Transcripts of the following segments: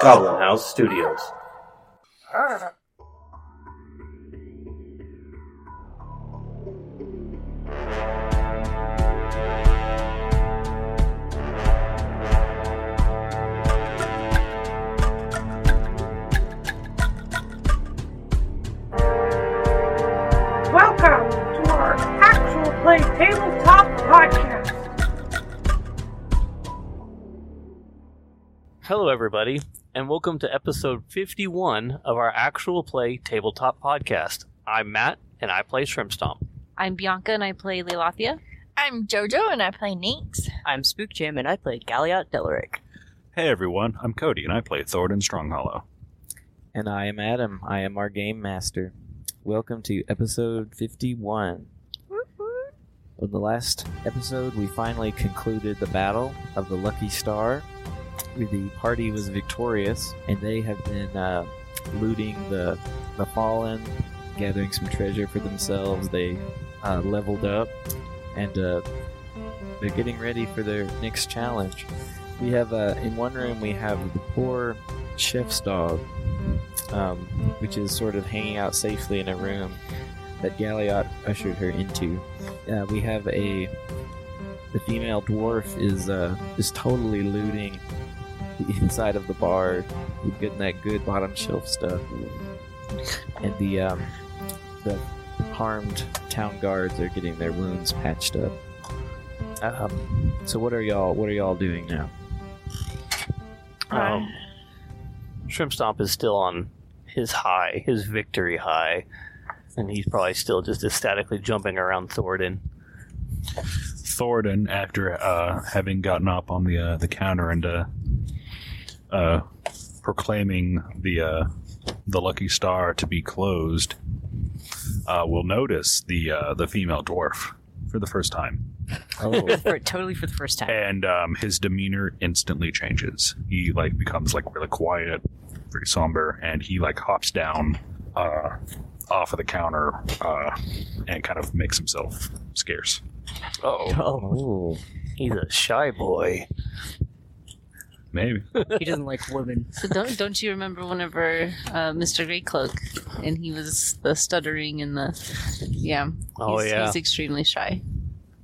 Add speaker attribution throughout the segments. Speaker 1: Goblin House Studios.
Speaker 2: Welcome to our actual play tabletop podcast.
Speaker 1: Hello, everybody, and welcome to episode 51 of our actual play tabletop podcast. I'm Matt, and I play Shrimp Stomp.
Speaker 3: I'm Bianca and I play Leilathia.
Speaker 4: I'm JoJo and I play Nix.
Speaker 5: I'm Spook Jim, and I play Galliot Delaric.
Speaker 6: Hey everyone, I'm Cody and I play Thord in Strong Hollow.
Speaker 7: And I am Adam. I am our game master. Welcome to episode 51. In the last episode, we finally concluded the battle of the Lucky Star. The party was victorious, and they have been uh, looting the, the fallen, gathering some treasure for themselves. They uh, leveled up, and uh, they're getting ready for their next challenge. We have uh, in one room we have the poor chef's dog, um, which is sort of hanging out safely in a room that Galliot ushered her into. Uh, we have a the female dwarf is uh, is totally looting the inside of the bar, getting that good bottom shelf stuff, and the um, the harmed town guards are getting their wounds patched up. Um, so what are y'all what are y'all doing now?
Speaker 1: Um, Shrimp Stomp is still on his high, his victory high, and he's probably still just ecstatically jumping around Thornton.
Speaker 6: Thorden, after uh, having gotten up on the uh, the counter and uh, uh, proclaiming the uh, the lucky star to be closed, uh, will notice the uh, the female dwarf for the first time,
Speaker 7: Oh,
Speaker 5: For, totally for the first time.
Speaker 6: and um, his demeanor instantly changes. He like becomes like really quiet, very somber, and he like hops down. Uh, off of the counter uh, and kind of makes himself scarce.
Speaker 1: Oh,
Speaker 7: oh.
Speaker 1: he's a shy boy.
Speaker 6: Maybe.
Speaker 5: He doesn't like women.
Speaker 3: So don't don't you remember whenever uh, Mr. Greycloak and he was the stuttering and the yeah.
Speaker 1: Oh
Speaker 3: he's,
Speaker 1: yeah,
Speaker 3: He's extremely shy.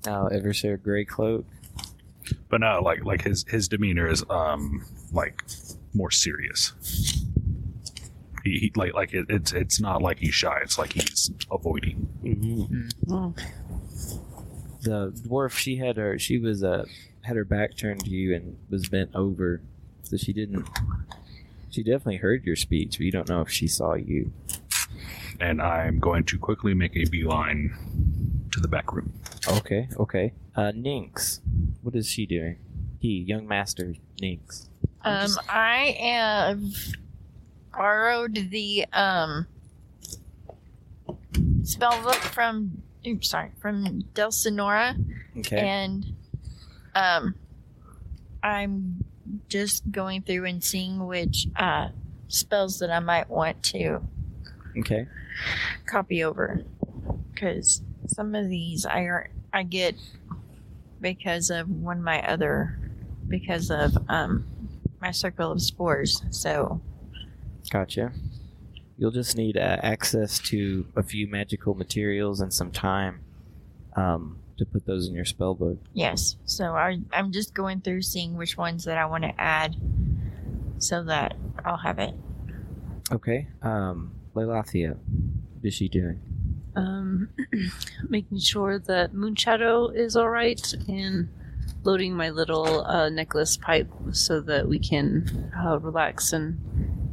Speaker 7: Now, Oh, ever share gray cloak?
Speaker 6: but no, like like his his demeanor is um like more serious. He, he like like it, it's it's not like he's shy. It's like he's avoiding.
Speaker 7: the dwarf she had her she was uh had her back turned to you and was bent over so she didn't she definitely heard your speech but you don't know if she saw you
Speaker 6: And I'm going to quickly make a beeline to the back room.
Speaker 7: okay okay uh nynx what is she doing he young master nynx
Speaker 4: Um, I have borrowed the um spell book from oops, sorry from Del Sonora,
Speaker 7: okay
Speaker 4: and um, I'm just going through and seeing which uh spells that I might want to
Speaker 7: okay
Speaker 4: copy over because some of these I are I get because of one of my other because of um my circle of spores. So
Speaker 7: gotcha you'll just need uh, access to a few magical materials and some time um to put those in your spell book
Speaker 4: yes, so I I'm just going through seeing which ones that I want to add so that I'll have it.
Speaker 7: okay um Leilathia, what is she doing
Speaker 3: Um, making sure that Moonshadow is all right and loading my little uh, necklace pipe so that we can uh, relax and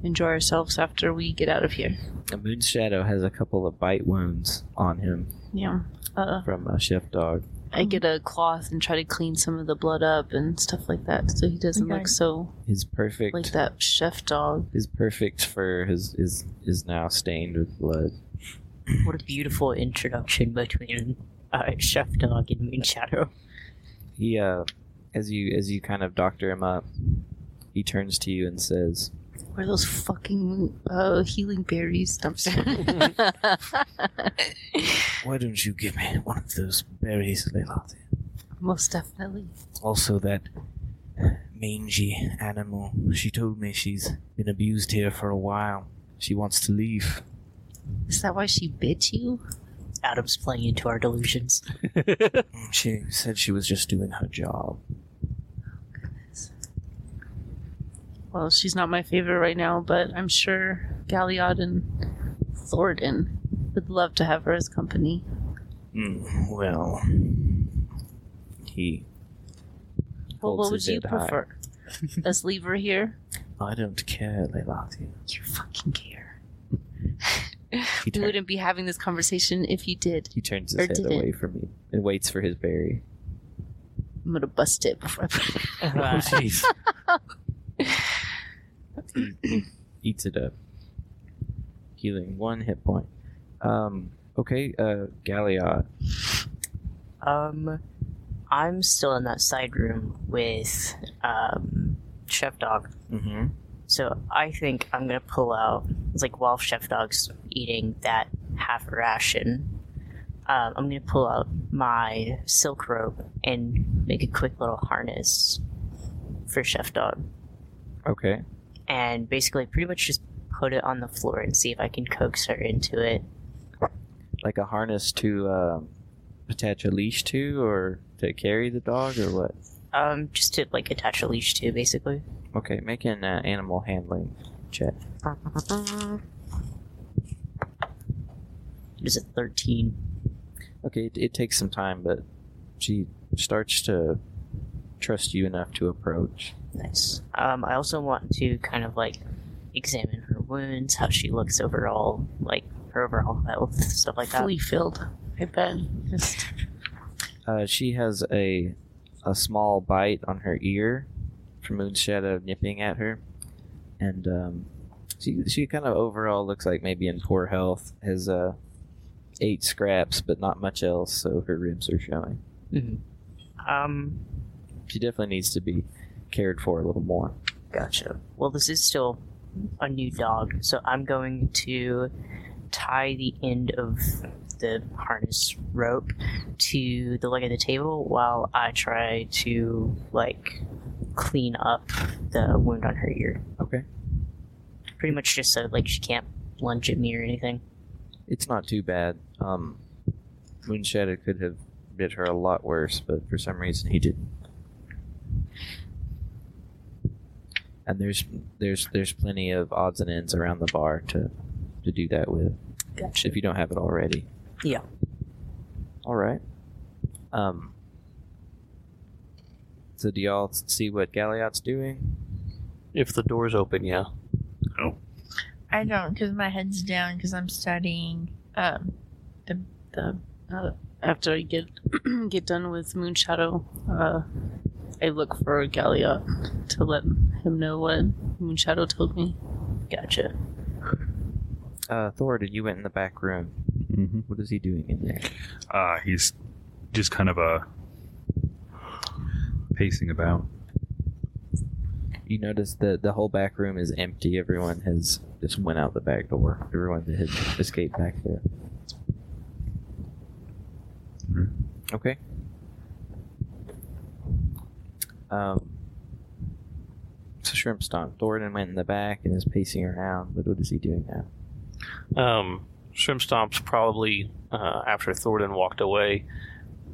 Speaker 3: enjoy ourselves after we get out of here.
Speaker 7: The moon shadow has a couple of bite wounds on him
Speaker 3: Yeah. Uh,
Speaker 7: from a chef dog.
Speaker 3: I get a cloth and try to clean some of the blood up and stuff like that, so he doesn't
Speaker 4: Okay.
Speaker 3: look so
Speaker 7: His perfect
Speaker 3: like that chef dog.
Speaker 7: his perfect fur is is is now stained with blood.
Speaker 5: What a beautiful introduction between uh, Chef Dog and Moonshadow.
Speaker 7: He uh as you as you kind of doctor him up, he turns to you and says,
Speaker 3: Where are those fucking uh, healing berries? No, I'm just kidding.
Speaker 7: Why don't you give me one of those berries, Leilati?
Speaker 3: Most definitely.
Speaker 7: Also, that mangy animal. She told me she's been abused here for a while. She wants to leave.
Speaker 3: Is that why she bit you?
Speaker 5: Adam's playing into our delusions.
Speaker 7: She said she was just doing her job.
Speaker 3: Well, she's not my favorite right now, but I'm sure Galliard and Thornton would love to have her as company.
Speaker 7: Mm, well, he.
Speaker 3: Well,
Speaker 7: holds
Speaker 3: what would
Speaker 7: his
Speaker 3: you
Speaker 7: head high.
Speaker 3: prefer? Us leave her here?
Speaker 7: I don't care, Leilati.
Speaker 3: You fucking care.
Speaker 7: He,
Speaker 3: We
Speaker 7: turn-
Speaker 3: wouldn't be having this conversation if you did.
Speaker 7: he turns
Speaker 3: or
Speaker 7: his head
Speaker 3: didn't.
Speaker 7: away from me and waits for his berry.
Speaker 3: I'm gonna bust it before I put it.
Speaker 1: Uh-huh.
Speaker 7: jeez. He- he eats it up, healing one hit point. Um. Okay. Uh. Galliot.
Speaker 5: Um, I'm still in that side room with um, Chef Dog.
Speaker 7: Mm-hmm.
Speaker 5: So I think I'm gonna pull out. It's like while Chef Dog's eating that half ration, um, I'm gonna pull out my silk rope and make a quick little harness for Chef Dog,
Speaker 7: Okay.
Speaker 5: and basically pretty much just put it on the floor and see if I can coax her into it.
Speaker 7: Like a harness to um, attach a leash to, or to carry the dog, or what?
Speaker 5: Um, just to like attach a leash to, basically.
Speaker 7: Okay. Make an uh, animal handling check.
Speaker 5: It is a thirteen.
Speaker 7: Okay. It, it takes some time, but she starts to trust you enough to approach.
Speaker 5: Nice. Um, I also want to kind of like examine her wounds, how she looks overall, like her overall health, stuff like that.
Speaker 3: Fully filled. I bet. Just
Speaker 7: Uh, she has a a small bite on her ear from Moonshadow nipping at her, and um, she she kind of overall looks like maybe in poor health. Has uh, eight scraps, but not much else, so her ribs are showing.
Speaker 5: Um,
Speaker 7: She definitely needs to be cared for a little more.
Speaker 5: gotcha. Well, this is still a new dog, so I'm going to tie the end of the harness rope to the leg of the table while I try to like clean up the wound on her ear.
Speaker 7: Okay,
Speaker 5: Pretty much just so like she can't lunge at me or anything.
Speaker 7: it's not too bad. Um, Moonshadow could have bit her a lot worse, but for some reason he didn't. And there's there's there's plenty of odds and ends around the bar to to do that with
Speaker 5: Gotcha.
Speaker 7: if you don't have it already.
Speaker 5: Yeah.
Speaker 7: All right. Um. So do y'all s- see what Galliot's doing?
Speaker 1: If the door's open, yeah.
Speaker 4: I don't because my head's down because I'm studying um the the
Speaker 3: uh, after I get get done with Moonshadow, uh, I look for Galliot to let him know what Moonshadow told me.
Speaker 5: Gotcha.
Speaker 7: Uh, Thornton, you went in the back room.
Speaker 6: Mm-hmm.
Speaker 7: What is he doing in there?
Speaker 6: Uh, he's just kind of uh, pacing about.
Speaker 7: You notice that the whole back room is empty. Everyone has just went out the back door. Everyone that had escaped back there.
Speaker 5: Mm-hmm.
Speaker 7: Okay. Um. So shrimp stomp. Thornton went in the back and is pacing around. But what is he doing now?
Speaker 1: Um, Shrimp Stomp's probably uh, after Thornton walked away.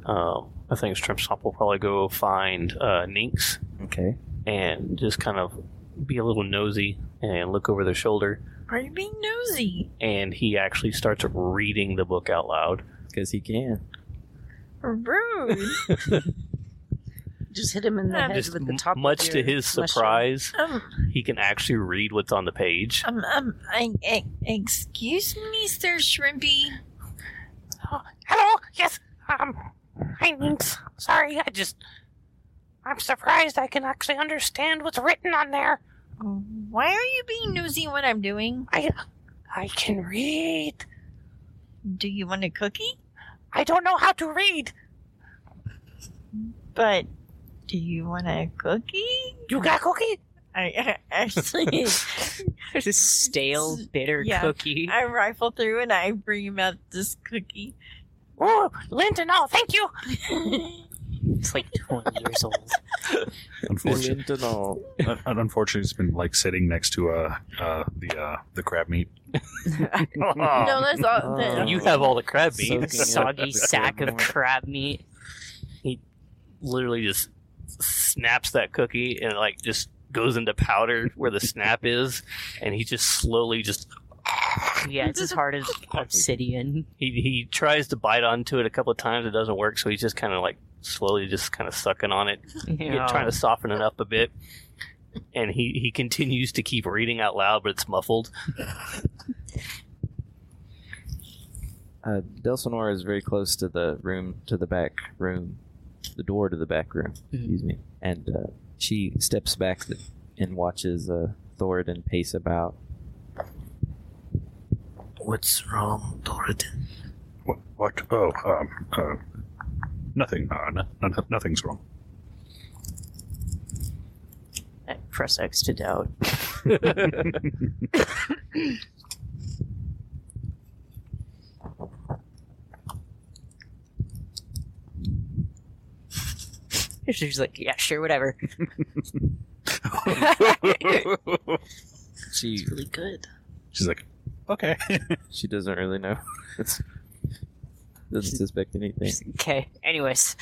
Speaker 1: Um, I think Shrimp Stomp will probably go find uh, Ninx
Speaker 7: Okay.
Speaker 1: and just kind of be a little nosy and look over their shoulder.
Speaker 4: Are you being nosy?
Speaker 1: And he actually starts reading the book out loud.
Speaker 7: Because he can.
Speaker 4: Rude.
Speaker 3: Just hit him in the head
Speaker 1: Just
Speaker 3: with the
Speaker 1: m-
Speaker 3: top. of
Speaker 1: much to
Speaker 3: your
Speaker 1: his
Speaker 3: mushroom. Oh.
Speaker 1: surprise,
Speaker 4: um,
Speaker 1: he can actually read what's on the page.
Speaker 4: um, um, I, I, excuse me, Sir Shrimpy.
Speaker 8: Hello. Yes. Um. Hi, Minx. Sorry, I just. I'm surprised I can actually understand what's written on there.
Speaker 4: Why are you being nosy in what I'm doing?
Speaker 8: I. I can read.
Speaker 4: Do you want a cookie?
Speaker 8: I don't know how to read.
Speaker 4: But do you want a cookie?
Speaker 8: You got a cookie?
Speaker 4: I actually
Speaker 5: This stale, bitter
Speaker 4: Yeah.
Speaker 5: cookie.
Speaker 4: I rifle through and I bring him out this cookie.
Speaker 8: Ooh, Linton, oh, thank you.
Speaker 5: It's like 20 years old.
Speaker 6: Unfortunately, un- un- unfortunately, it's been like sitting next to uh, uh the uh the crab meat.
Speaker 4: no, that's all.
Speaker 7: Oh.
Speaker 4: That,
Speaker 1: Um, you have all the crab meat.
Speaker 7: Soaking up
Speaker 5: Soggy
Speaker 7: the
Speaker 5: sack of
Speaker 7: cookie.
Speaker 5: crab meat.
Speaker 1: Literally just snaps that cookie and like just goes into powder where the snap is, and he just slowly just
Speaker 5: Yeah, it's as hard as obsidian.
Speaker 1: he he tries to bite onto it a couple of times. It doesn't work, so he's just kind of like slowly just kind of sucking on it,
Speaker 5: Yeah.
Speaker 1: trying to soften it up a bit. And he, he continues to keep reading out loud, but it's muffled.
Speaker 7: Uh, Delsonora is very close to the room, to the back room, the door to the back room.
Speaker 5: Mm.
Speaker 7: Excuse me. And uh, she steps back th- and watches uh, Thoradin pace about.
Speaker 9: What's wrong, Thoradin?
Speaker 6: What? what? Oh, um, uh, nothing. Uh, no, no- nothing's wrong.
Speaker 5: Uh, Press X to doubt. She's like, yeah, sure, whatever.
Speaker 7: She
Speaker 3: It's really good.
Speaker 6: She's like, okay.
Speaker 7: she doesn't really know. It's, doesn't suspect anything.
Speaker 5: She's like, okay. Anyways,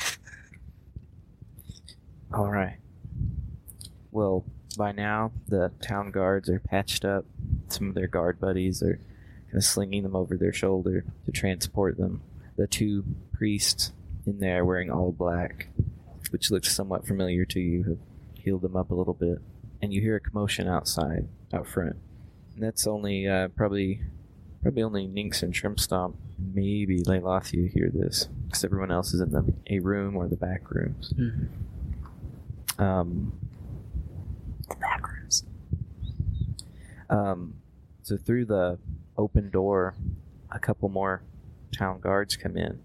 Speaker 7: All right. Well, by now the town guards are patched up. Some of their guard buddies are kind of slinging them over their shoulder to transport them. The two priests in there wearing all black, which looks somewhat familiar to you, have healed them up a little bit. And you hear a commotion outside, out front. And that's only uh, probably probably only Ninx and Shrimpstomp, maybe Leilathia hear this, because everyone else is in the A room or the back rooms. Um,
Speaker 5: the back rooms.
Speaker 7: Um, so through the open door, a couple more town guards come in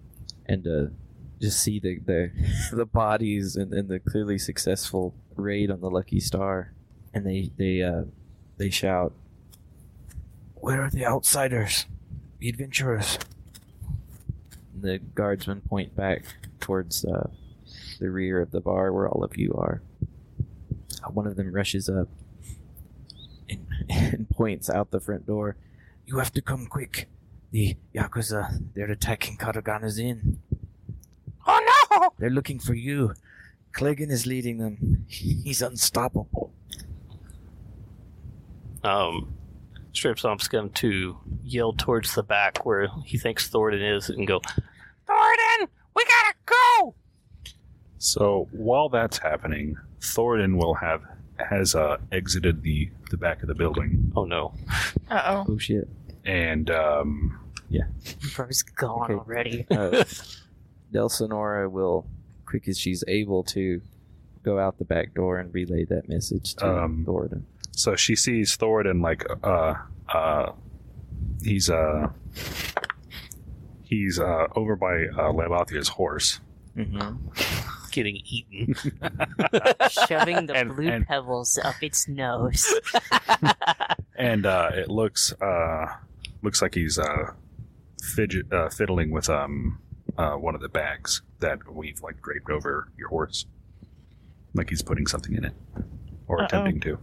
Speaker 7: and uh, just see the the, the bodies and, and the clearly successful raid on the Lucky Star, and they they uh, they shout,
Speaker 9: Where are the outsiders? The adventurers?
Speaker 7: and the guardsmen point back towards uh, the rear of the bar where all of you are. Uh, One of them rushes up and, and points out the front door.
Speaker 9: You have to come quick. The Yakuza, they're attacking Karagana's inn.
Speaker 8: Oh no!
Speaker 9: They're looking for you. Cleggan is leading them. He's unstoppable.
Speaker 1: Um, Strip Stomp's going to yell towards the back where he thinks Thoradin is and go,
Speaker 8: Thornton, we gotta go!
Speaker 6: So while that's happening, Thoradin will have has uh, exited the the back of the building,
Speaker 1: oh no.
Speaker 4: uh
Speaker 7: Oh shit.
Speaker 6: and um,
Speaker 5: Bro's gone
Speaker 7: Okay.
Speaker 5: already.
Speaker 7: uh, Del Sonora will, quick as she's able to, go out the back door and relay that message to
Speaker 6: Um,
Speaker 7: Thoradin.
Speaker 6: so she sees Thoradin like uh uh he's uh he's uh over by uh, Labathia's horse.
Speaker 7: Mm-hmm.
Speaker 1: Getting eaten.
Speaker 5: Shoving the
Speaker 6: And-
Speaker 5: blue
Speaker 6: and-
Speaker 5: pebbles up its nose.
Speaker 6: and uh, it looks uh, looks like he's uh, fidget, uh, fiddling with um, uh, one of the bags that we've like draped over your horse, like he's putting something in it or
Speaker 4: Uh-oh.
Speaker 6: attempting to.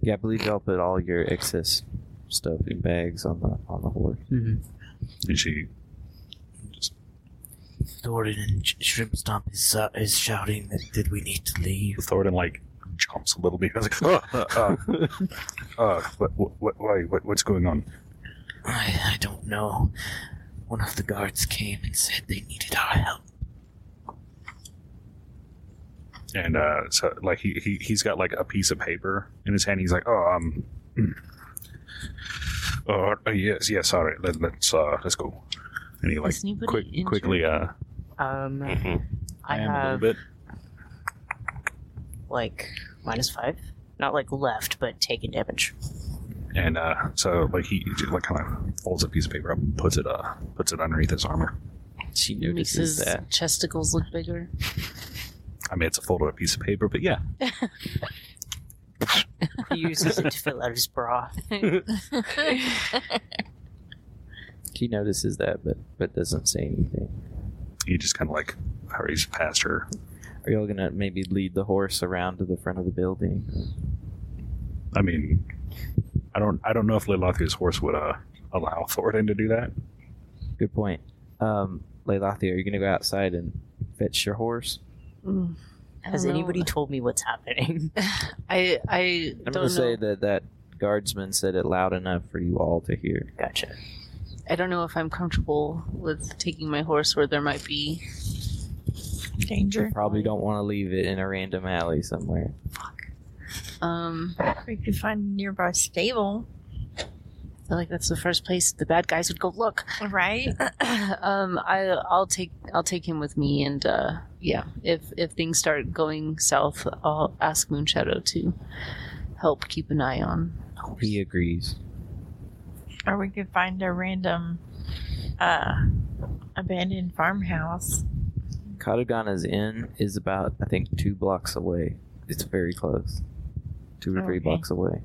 Speaker 7: Yeah, I believe y'all put all your excess stuff in bags on the on the horse.
Speaker 6: And she,
Speaker 9: Thoradin Sh- Shrimp Stomp is, uh, is shouting that, that we need to leave.
Speaker 6: Thoradin, like jumps a little bit. I was like, oh, uh, uh, uh, what, what, why, what, what's going on?
Speaker 9: I, I don't know. One of the guards came and said they needed our help.
Speaker 6: And uh, so, like, he, he he's got like a piece of paper in his hand. He's like, oh, um. Oh yes, yes. All right, let, let's uh, let's go. And he like
Speaker 3: Is anybody
Speaker 6: quick,
Speaker 3: injured?
Speaker 6: quickly uh,
Speaker 5: Um,
Speaker 1: Mhm.
Speaker 5: I
Speaker 6: am a
Speaker 5: have
Speaker 6: little bit.
Speaker 5: like minus five. Not like left, but taking damage.
Speaker 6: And uh, so like he just, like kind of folds a piece of paper up, and puts it uh, puts it underneath his armor.
Speaker 7: She
Speaker 3: Makes his
Speaker 7: notices that.
Speaker 3: chesticles look bigger.
Speaker 6: I mean, it's a folded up piece of paper, but yeah.
Speaker 5: He uses it to fill out his bra.
Speaker 7: She notices that, but but doesn't say anything.
Speaker 6: He just kind of like hurries past her.
Speaker 7: Are y'all gonna maybe lead the horse around to the front of the building?
Speaker 6: I mean, I don't, I don't know if Lelathia's horse would uh, allow Thoradin to do that.
Speaker 7: Good point. Um, Leilathi, are you gonna go outside and fetch your horse?
Speaker 3: Mm. I
Speaker 5: Has
Speaker 3: don't know.
Speaker 5: anybody told me what's happening?
Speaker 3: I I
Speaker 7: I'm
Speaker 3: don't know.
Speaker 7: gonna say that that guardsman said it loud enough for you all to hear.
Speaker 5: Gotcha.
Speaker 3: I don't know if I'm comfortable with taking my horse where there might be.
Speaker 4: Danger.
Speaker 7: Probably don't want to leave it in a random alley somewhere.
Speaker 3: Um, I
Speaker 4: We could find a nearby stable,
Speaker 3: feel like that's the first place the bad guys would go look.
Speaker 4: right?
Speaker 3: um, I I'll take I'll take him with me, and uh, yeah, if if things start going south, I'll ask Moonshadow to help keep an eye on.
Speaker 7: He agrees.
Speaker 4: Or we could find a random uh, abandoned farmhouse.
Speaker 7: Katagana's inn is about, I think, two blocks away. It's very close. Two or three
Speaker 4: Okay.
Speaker 7: blocks away.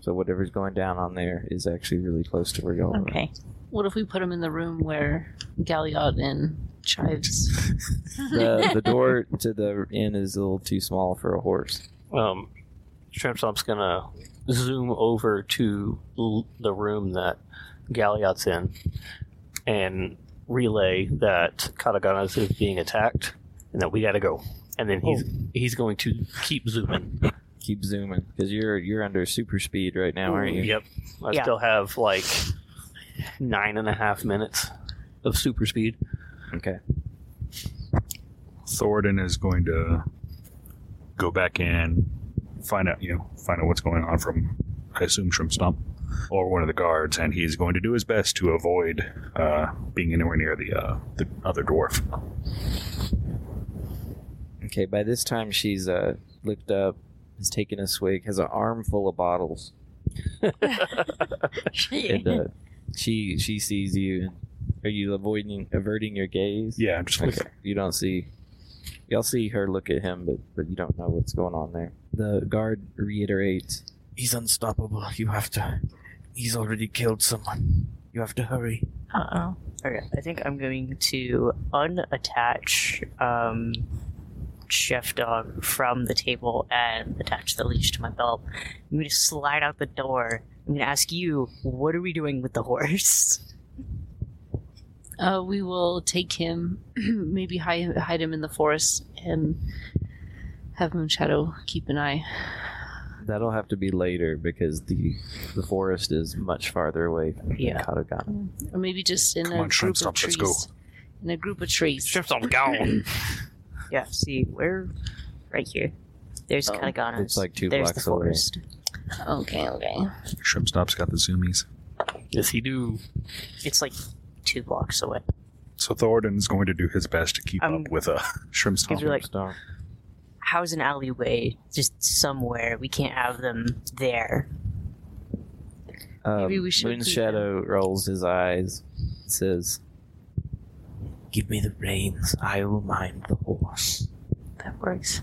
Speaker 7: So whatever's going down on there is actually really close to where y'all are.
Speaker 4: Okay.
Speaker 3: What if we put him in the room where Galliot and Chives?
Speaker 7: The, the door to the inn is a little too small for a horse.
Speaker 1: Um, Shrimp Stomp's gonna zoom over to l- the room that Galliot's in and relay that Katagana's is being attacked and that we gotta go. And then he's he's going to keep zooming.
Speaker 7: Keep zooming because you're you're under super speed right now, aren't Oh, you?
Speaker 1: Yep. I
Speaker 5: Yeah.
Speaker 1: still have like nine and a half minutes of super speed.
Speaker 7: Okay.
Speaker 6: Thoradin is going to go back in, find out, you know, find out what's going on from, I assume, Shrimp Stump or one of the guards, and he's going to do his best to avoid uh, being anywhere near the uh, the other dwarf.
Speaker 7: Okay. By this time, she's uh, looked up, has taken a swig, has an armful of bottles. and uh, she she sees you. Are you avoiding averting your gaze?
Speaker 6: Yeah, I'm just like,
Speaker 7: Okay. You don't see. Y'all see her look at him, but but you don't know what's going on there. The guard reiterates.
Speaker 9: He's unstoppable. You have to. He's already killed someone. You have to hurry.
Speaker 4: Uh oh.
Speaker 5: Okay, I think I'm going to unattach um, Chef Dog from the table and attach the leash to my belt. I'm going to slide out the door. I'm going to ask you, what are we doing with the horse?
Speaker 3: Uh, we will take him, maybe hide, hide him in the forest, and have Moonshadow keep an eye.
Speaker 7: That'll have to be later because the the forest is much farther away from
Speaker 5: Yeah.
Speaker 7: Katagana.
Speaker 3: Or maybe just in
Speaker 6: Come
Speaker 3: a
Speaker 6: on,
Speaker 3: group of
Speaker 6: Shrimp Stomp,
Speaker 3: trees.
Speaker 6: let's go.
Speaker 3: In a group of trees.
Speaker 1: Shrimp Stomp's gone.
Speaker 5: Yeah, see, we're right here. There's
Speaker 3: Oh.
Speaker 5: oh, Katagana.
Speaker 7: It's like two
Speaker 5: There's the
Speaker 7: blocks away.
Speaker 5: forest.
Speaker 3: Okay, okay.
Speaker 6: Shrimp Stomp's got the zoomies.
Speaker 1: Yes, he do.
Speaker 5: It's like two blocks away.
Speaker 6: So Thoradin is going to do his best to keep
Speaker 5: Um,
Speaker 6: up with uh, Shrimp Stomp.
Speaker 5: Because we're like,
Speaker 7: Star.
Speaker 5: how's an alleyway? Just somewhere. We can't have them there.
Speaker 7: Um,
Speaker 3: Maybe we should
Speaker 7: Moon
Speaker 3: keep
Speaker 7: Shadow rolls his eyes, says,
Speaker 9: Give me the reins. I will mind the horse.
Speaker 5: That works.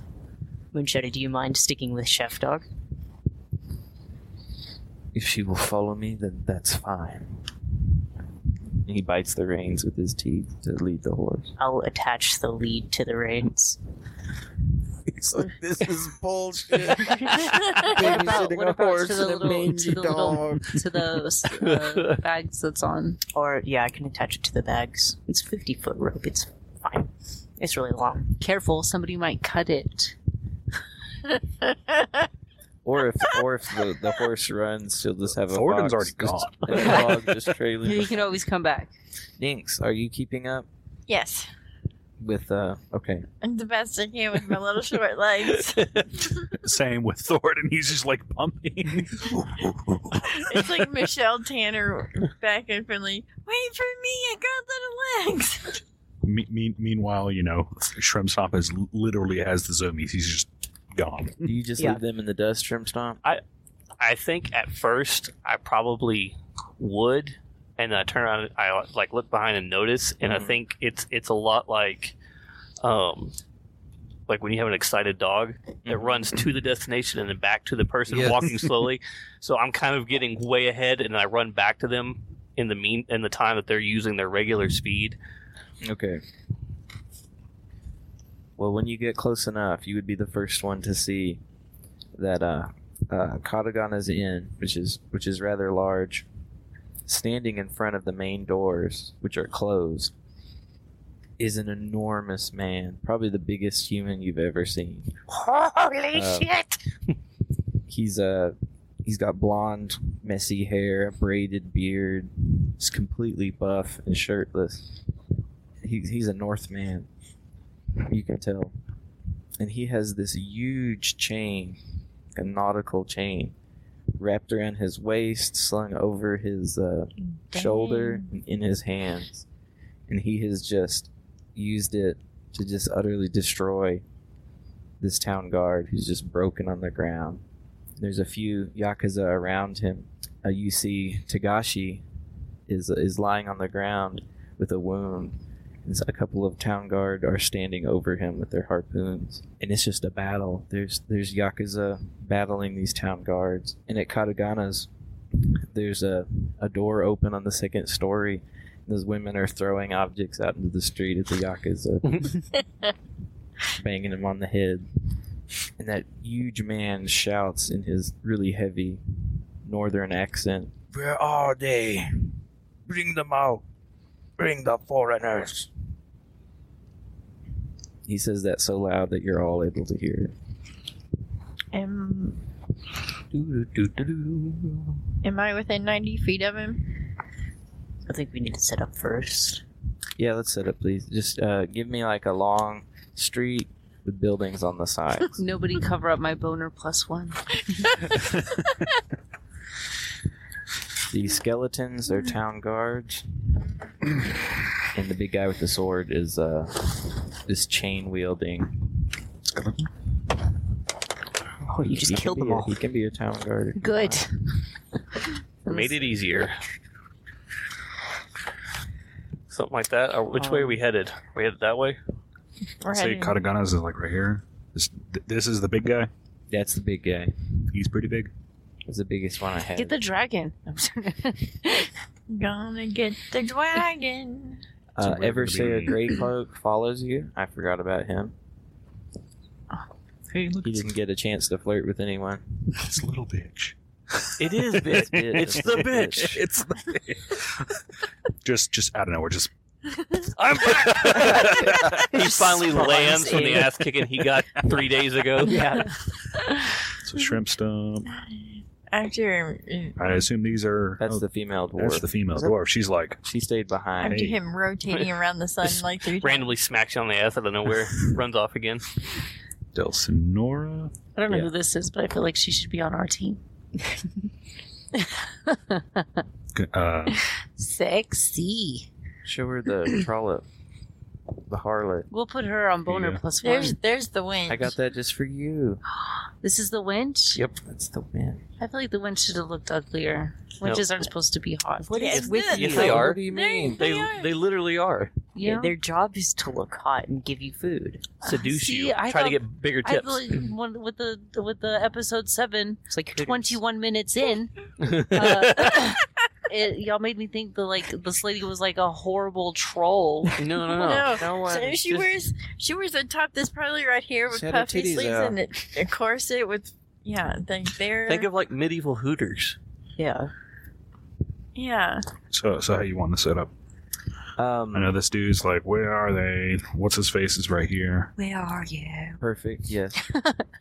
Speaker 5: Moonshadow, do you mind sticking with Chef Dog?
Speaker 9: If she will follow me, then that's fine.
Speaker 7: he bites the reins with his teeth to lead the horse.
Speaker 5: I'll attach the lead to the reins.
Speaker 9: He's like, this is bullshit.
Speaker 3: what about, what about to the little, to the little
Speaker 9: dog.
Speaker 3: to the uh, bags that's on?
Speaker 5: Or, yeah, I can attach it to the bags. It's 50 foot rope. It's fine. It's really long.
Speaker 3: Careful, somebody might cut it.
Speaker 7: Or if or if the, the horse runs, she'll just have a
Speaker 6: Thoradin's
Speaker 7: fox
Speaker 6: already
Speaker 7: just-
Speaker 6: gone.
Speaker 7: and a dog just trailing.
Speaker 3: You can always come back.
Speaker 7: Ninx, are you keeping up
Speaker 4: Yes.
Speaker 7: with uh? Okay,
Speaker 4: I'm the best I can with my little short legs.
Speaker 6: Same with Thoradin. He's just like pumping.
Speaker 4: It's like Michelle Tanner back in friendly. Wait for me, I got little legs.
Speaker 6: Me- mean- meanwhile, you know, Shrimp Stomp is literally has the zoomies. He's just gone.
Speaker 7: do you just
Speaker 5: Yeah.
Speaker 7: leave them in the dust, Shrimp Stomp?
Speaker 1: I think at first I probably would, and then I turn around, and I Mm-hmm. like look behind and notice, and I
Speaker 7: Mhm.
Speaker 1: think it's it's a lot like, um, like when you have an excited dog that runs to the destination and then back to the person
Speaker 10: Yes.
Speaker 1: walking slowly. so I'm kind of getting way ahead, and I run back to them in the mean in the time that they're using their regular speed.
Speaker 7: Okay. Well, when you get close enough, you would be the first one to see that uh, uh, Katagana's inn, which is which is rather large, standing in front of the main doors, which are closed, is an enormous man, probably the biggest human you've ever seen.
Speaker 8: Holy
Speaker 7: Uh,
Speaker 8: shit!
Speaker 7: He's uh he's got blonde, messy hair, braided beard, is completely buff and shirtless. He, he's a Northman. You can tell. And he has this huge chain, a nautical chain, wrapped around his waist, slung over his uh, shoulder, and in his hands. And he has just used it to just utterly destroy this town guard who's just broken on the ground. There's a few yakuza around him. Uh, you see Tagashi is is lying on the ground with a wound. And a couple of town guard are standing over him with their harpoons, and it's just a battle. There's there's yakuza battling these town guards, and at Katagana's, there's a a door open on the second story. Those women are throwing objects out into the street at the yakuza, banging them on the head, and that huge man shouts in his really heavy northern accent.
Speaker 9: Where are they? Bring them out. Bring the foreigners.
Speaker 7: He says that so loud that you're all able to hear it.
Speaker 4: Am,
Speaker 1: Doo-doo-doo-doo-doo.
Speaker 4: am I within 90 feet of him?
Speaker 5: I think we need to set up first.
Speaker 7: Yeah, let's set up, please. Just uh, give me like a long street with buildings on the sides.
Speaker 3: Nobody cover up my boner plus one.
Speaker 7: the skeletons are town guards, and the big guy with the sword is uh, is chain wielding.
Speaker 5: Oh, you just killed them all.
Speaker 7: He can be a town guard.
Speaker 3: Good.
Speaker 1: Made it easier. Something like that. Or Which way are we headed? Are we headed that way?
Speaker 4: We're
Speaker 6: Say
Speaker 4: heading.
Speaker 6: Katagana's is like right here. This, th- this is the big guy.
Speaker 7: That's the big guy.
Speaker 6: He's pretty big.
Speaker 7: That's the biggest one I had.
Speaker 3: Get the dragon. I'm sorry.
Speaker 4: Gonna get the dragon.
Speaker 7: uh,
Speaker 6: Somewhere
Speaker 7: ever
Speaker 6: in the
Speaker 7: say a
Speaker 6: beginning.
Speaker 7: gray cloak follows you? I forgot about him.
Speaker 6: Hey, look,
Speaker 7: He
Speaker 6: it's,
Speaker 7: didn't get a chance to flirt with anyone.
Speaker 6: it's little bitch.
Speaker 1: It is. bitch.
Speaker 7: bit-
Speaker 1: it's the bitch.
Speaker 6: It's just, just out of nowhere. Just
Speaker 1: I'm back. he finally
Speaker 5: Spawns
Speaker 1: lands from the
Speaker 5: in.
Speaker 1: ass kicking he got three days ago.
Speaker 5: Yeah.
Speaker 4: Mhm.
Speaker 6: it's a shrimp stump.
Speaker 4: After mm,
Speaker 6: I assume these are.
Speaker 7: That's
Speaker 6: oh,
Speaker 7: the female dwarf.
Speaker 6: that's the female
Speaker 7: Is that-
Speaker 6: dwarf. She's like,
Speaker 7: She stayed behind.
Speaker 4: after
Speaker 6: Hey.
Speaker 4: him rotating around the sun
Speaker 1: Just
Speaker 4: like three times.
Speaker 1: Randomly smacks you on the ass out of nowhere. runs off again.
Speaker 6: Delsinora.
Speaker 3: I don't know
Speaker 7: Yeah.
Speaker 3: who this is, but I feel like she should be on our team.
Speaker 6: G- Uh,
Speaker 3: Sexy.
Speaker 7: Show her the trollop, the harlot.
Speaker 3: We'll put her on boner
Speaker 6: Yeah.
Speaker 3: plus one.
Speaker 4: There's there's the wind.
Speaker 7: I got that just for you.
Speaker 3: This is the winch.
Speaker 7: Yep, that's the man.
Speaker 3: I feel like the winch should have looked uglier. Winches aren't supposed to be hot.
Speaker 5: What
Speaker 4: Yes,
Speaker 5: is with
Speaker 4: this-
Speaker 5: you?
Speaker 1: Yes, they are.
Speaker 7: What do you mean?
Speaker 1: They
Speaker 4: They are.
Speaker 1: they literally are
Speaker 3: Yeah.
Speaker 5: Their job is to look hot and give you food.
Speaker 1: seduce
Speaker 3: See,
Speaker 1: you.
Speaker 3: I
Speaker 1: Try to
Speaker 3: thought-
Speaker 1: get bigger
Speaker 3: I
Speaker 1: tips.
Speaker 3: feel like one, with the with the episode seven,
Speaker 5: It's like Hooters.
Speaker 3: 21 minutes in, uh, it, y'all made me think the like this lady was like a horrible troll.
Speaker 1: no, no, no.
Speaker 4: no,
Speaker 7: No Oh. one.
Speaker 4: so she
Speaker 7: just-
Speaker 4: wears she wears a top that's probably right here with
Speaker 7: She had her
Speaker 4: puffy
Speaker 7: titties
Speaker 4: sleeves
Speaker 7: out.
Speaker 4: and a- a corset with yeah, like there.
Speaker 1: Think of like medieval Hooters.
Speaker 5: Yeah.
Speaker 4: yeah.
Speaker 6: So, so how you want to set up?
Speaker 7: Um,
Speaker 6: I know this dude's like, where are they? What's his face is right here.
Speaker 5: Where are you?
Speaker 7: Perfect. Yes.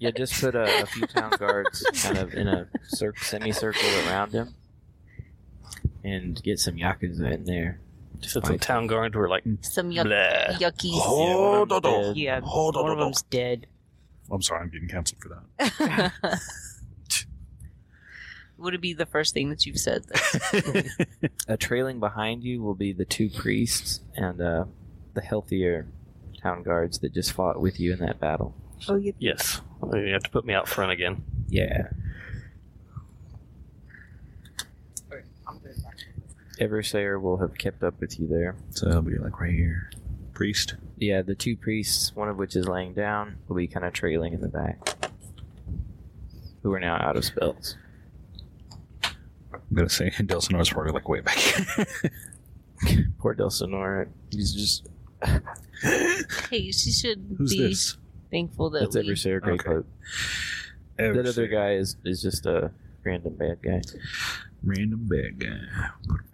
Speaker 7: yeah. Just put a, a few town guards kind of in a cir- semicircle around him, and get some yakuza in there.
Speaker 1: Just some town guards were like,
Speaker 3: Some yuck,
Speaker 1: blah.
Speaker 3: yuckies.
Speaker 7: Hold on, hold
Speaker 5: Yeah. one of them's dead.
Speaker 6: I'm sorry, I'm getting canceled for that.
Speaker 3: Would it be the first thing that you've said? that-
Speaker 7: Uh, trailing behind you will be the two priests and uh, the healthier town guards that just fought with you in that battle.
Speaker 1: Yes, you have to put me out front again.
Speaker 7: Yeah. Eversayer will have kept up with you there.
Speaker 6: So he'll be like right here. Priest.
Speaker 7: yeah, the two priests, one of which is laying down, will be kind of trailing in the back. Who are now out of spells.
Speaker 6: I'm gonna say Delsonor's probably like way back.
Speaker 7: Poor Delsinore. He's just
Speaker 3: Hey, she should
Speaker 6: Who's
Speaker 3: be
Speaker 6: this?
Speaker 3: thankful that
Speaker 7: that's
Speaker 3: we.
Speaker 7: every Sarah Grey
Speaker 6: Okay.
Speaker 7: Pope. That other guy is, is just a random bad guy.
Speaker 6: Random bad guy.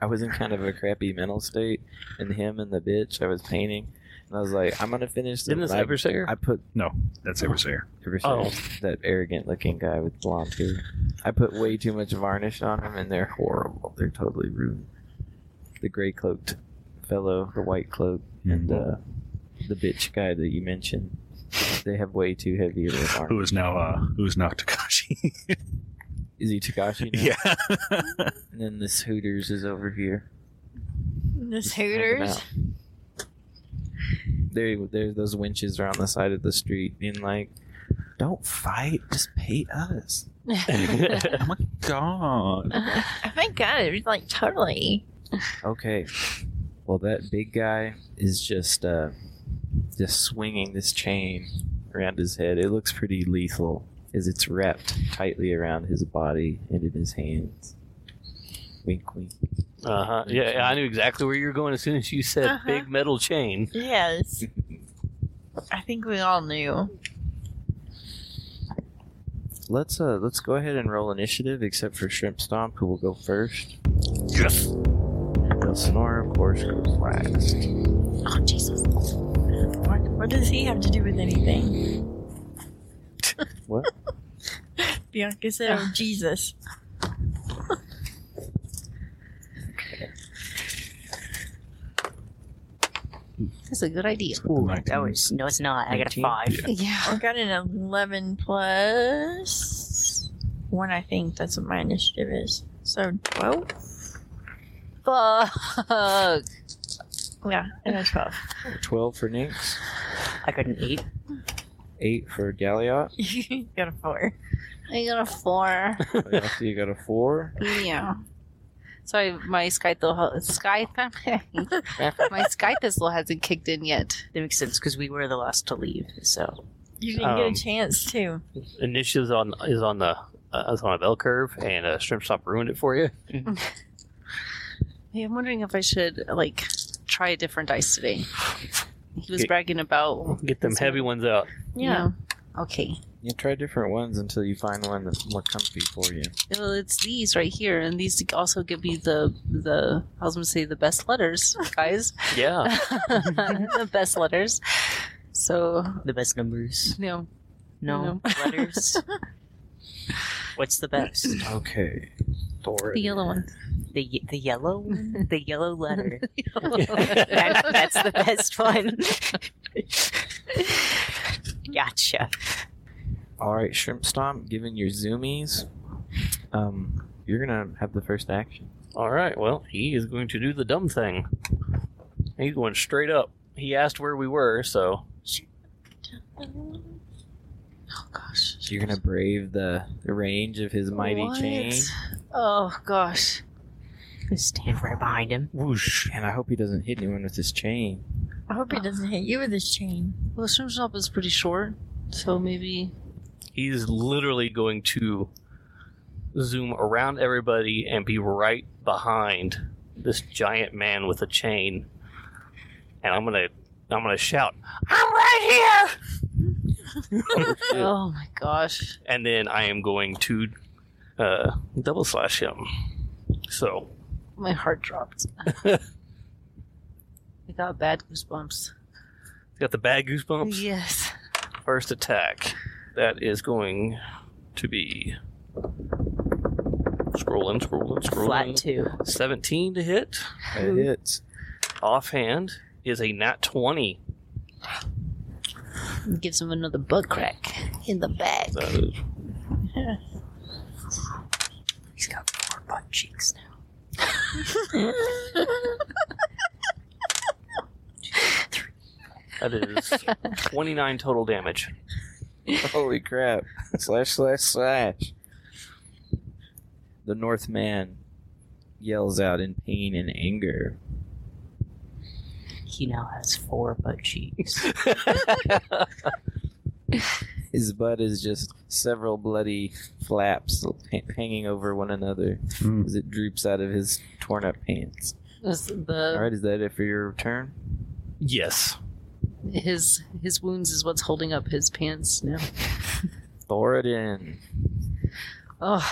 Speaker 7: I was in kind of a crappy mental state, and him and the bitch I was painting, and I was like, I'm gonna finish this.
Speaker 1: Didn't this
Speaker 7: and I-
Speaker 1: Eversayer?
Speaker 7: I put
Speaker 6: No, that's Eversayer.
Speaker 7: Ever
Speaker 1: Oh.
Speaker 7: since that arrogant looking guy with blonde hair. I put way too much varnish on him, and they're horrible. They're totally ruined. The gray cloaked fellow, the white cloak, and uh, the bitch guy that you mentioned. They have way too heavy of a
Speaker 6: who
Speaker 7: varnish.
Speaker 6: is now uh, who is now Takashi?
Speaker 7: Is he Takashi? now?
Speaker 6: yeah.
Speaker 7: And then this Hooters is over here.
Speaker 4: This
Speaker 7: hanging
Speaker 4: Hooters.
Speaker 7: out. There, there. Those winches are on the side of the street, being like, "Don't fight, just pay us."
Speaker 1: Uh-huh.
Speaker 6: oh my god.
Speaker 4: I think God, it was like totally.
Speaker 7: Okay. Well, that big guy is just uh, just swinging this chain around his head. It looks pretty lethal, as it's wrapped tightly around his body and in his hands. Wink, wink.
Speaker 1: Uh huh. Yeah, I knew exactly where you were going as soon as you said
Speaker 4: Uh-huh.
Speaker 1: big metal chain.
Speaker 4: Yes. I think we all knew.
Speaker 7: Let's uh, let's go ahead and roll initiative, except for Shrimp Stomp, who will go first.
Speaker 6: Yes.
Speaker 7: Del Sonora, of course, goes last.
Speaker 4: Oh Jesus! What, what does he have to do with anything?
Speaker 7: What?
Speaker 4: Bianca said, "Oh Jesus."
Speaker 3: That's a good idea.
Speaker 5: That was no, it's not. I got a
Speaker 7: 19?
Speaker 5: five.
Speaker 4: I got an eleven plus one. I think that's what my initiative is. So twelve.
Speaker 3: Fuck.
Speaker 4: Yeah, and a twelve.
Speaker 7: Twelve for Nyx,
Speaker 5: I got an eight.
Speaker 7: eight for Galliot.
Speaker 4: you got a four.
Speaker 3: I got a four.
Speaker 7: After you got a four.
Speaker 3: Yeah. Sorry, my Skype thistle, Sky, my Sky thistle hasn't kicked in yet.
Speaker 5: That makes sense because we were the last to leave. So
Speaker 4: You didn't get
Speaker 1: Um,
Speaker 4: a chance to.
Speaker 1: Initiative's on is on the uh, is on a bell curve, and uh, Shrimp Stop ruined it for you.
Speaker 3: Hey, I'm wondering if I should like try a different dice today. He was
Speaker 1: Get-
Speaker 3: bragging about
Speaker 1: Get them
Speaker 3: That's
Speaker 1: heavy ones out.
Speaker 3: yeah. Okay.
Speaker 7: You try different ones until you find one that's more comfy for you.
Speaker 3: Well, it's these right here, and these also give you the the I was gonna say the best letters, guys.
Speaker 1: Yeah.
Speaker 3: the best letters. So
Speaker 5: the best numbers.
Speaker 3: no,
Speaker 5: No, letters. What's the best?
Speaker 7: Okay.
Speaker 3: the yellow one.
Speaker 5: The ye- the yellow one? the yellow letter. that,
Speaker 3: That-
Speaker 5: that's the best one. gotcha.
Speaker 7: All right, Shrimp Stomp, given your zoomies, um, you're going to have the first action.
Speaker 1: All right. Well, he is going to do the dumb thing. He's going straight up. He asked where we were, so
Speaker 7: You're going to brave the the range of his mighty
Speaker 3: What?
Speaker 7: chain,
Speaker 3: Oh gosh.
Speaker 5: Stand right behind him.
Speaker 1: whoosh.
Speaker 7: and I hope he doesn't hit anyone with his chain.
Speaker 4: I hope he doesn't hit you with his chain.
Speaker 3: Well, Shrimp Shop is pretty short, so maybe
Speaker 1: He's literally going to zoom around everybody and be right behind this giant man with a chain. And I'm gonna, I'm gonna shout,
Speaker 8: I'm right here!
Speaker 3: Oh my gosh.
Speaker 1: and then I am going to uh, double slash him. So
Speaker 3: My heart dropped. I got bad goosebumps.
Speaker 1: got the bad goosebumps.
Speaker 3: Yes.
Speaker 1: First attack. That is going to be scrolling, scrolling,
Speaker 5: Flat
Speaker 1: scrolling.
Speaker 5: two.
Speaker 1: Seventeen to hit.
Speaker 7: It hits.
Speaker 1: Offhand is a nat twenty.
Speaker 3: Gives him another butt crack in the back.
Speaker 1: That is
Speaker 5: He's got four butt cheeks now.
Speaker 1: that is twenty nine total damage.
Speaker 7: Holy crap. slash, slash, slash. The Northman yells out in pain and anger.
Speaker 5: he now has four butt cheeks.
Speaker 7: His butt is just several bloody flaps h- hanging over one another
Speaker 6: Hmm.
Speaker 7: as it droops out of his torn up pants.
Speaker 3: Is
Speaker 7: All
Speaker 3: the
Speaker 7: right, is that it for your turn?
Speaker 1: Yes.
Speaker 3: his his wounds is what's holding up his pants now.
Speaker 7: Thoradin.
Speaker 3: Oh,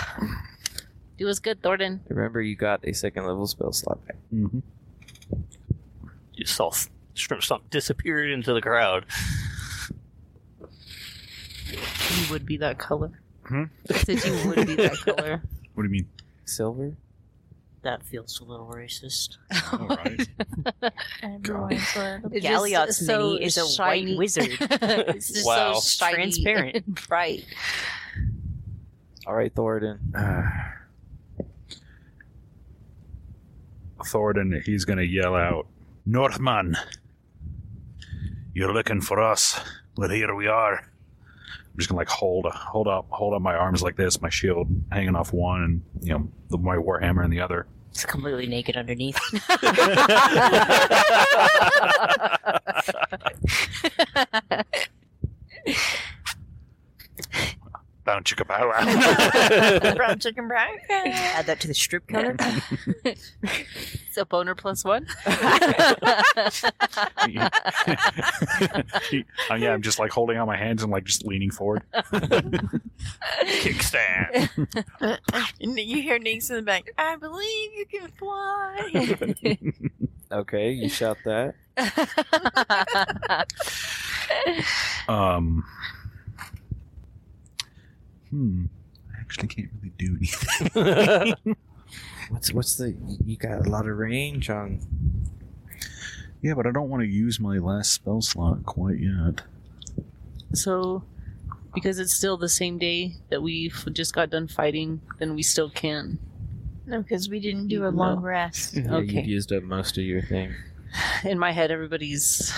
Speaker 3: do us good, Thornton.
Speaker 7: Remember, you got a second level spell slot back.
Speaker 6: Mm-hmm.
Speaker 1: You saw F- Shrimp Stump disappeared into the crowd.
Speaker 3: You would be that color.
Speaker 6: Hmm?
Speaker 3: I said you would be that color.
Speaker 6: What do you mean?
Speaker 7: Silver?
Speaker 5: that feels a little racist.
Speaker 6: All right.
Speaker 4: Everyone's a
Speaker 3: It's
Speaker 4: little
Speaker 3: just
Speaker 5: Galliot's
Speaker 3: so
Speaker 5: mini is a
Speaker 3: shiny.
Speaker 5: white wizard.
Speaker 3: it's just
Speaker 1: Wow.
Speaker 3: so shiny
Speaker 5: Transparent.
Speaker 3: and bright.
Speaker 7: All right, Thoradin.
Speaker 6: Uh, Thoradin, he's going to yell out, Northman, you're looking for us. Well, here we are. I'm just going to like hold, hold up, hold up my arms like this, my shield hanging off one and, you know, the, my warhammer in the other.
Speaker 5: It's completely naked underneath.
Speaker 6: Down chickabow.
Speaker 4: brown chicken brown.
Speaker 5: Add that to the strip counter.
Speaker 3: It's a boner plus one.
Speaker 6: Uh, yeah, I'm just like holding out my hands and like just leaning forward.
Speaker 1: Kickstand.
Speaker 4: And you hear Nick's in the back. I believe you can fly.
Speaker 7: Okay, you shout that.
Speaker 6: Um, hmm. I actually can't really do anything.
Speaker 7: What's what's the? You got a lot of range on.
Speaker 6: Yeah, but I don't want to use my last spell slot quite yet.
Speaker 3: so, because it's still the same day that we f- just got done fighting, then we still can.
Speaker 4: no, because we didn't do a long rest.
Speaker 7: Yeah,
Speaker 3: Okay.
Speaker 7: you've used up most of your thing.
Speaker 3: In my head, everybody's.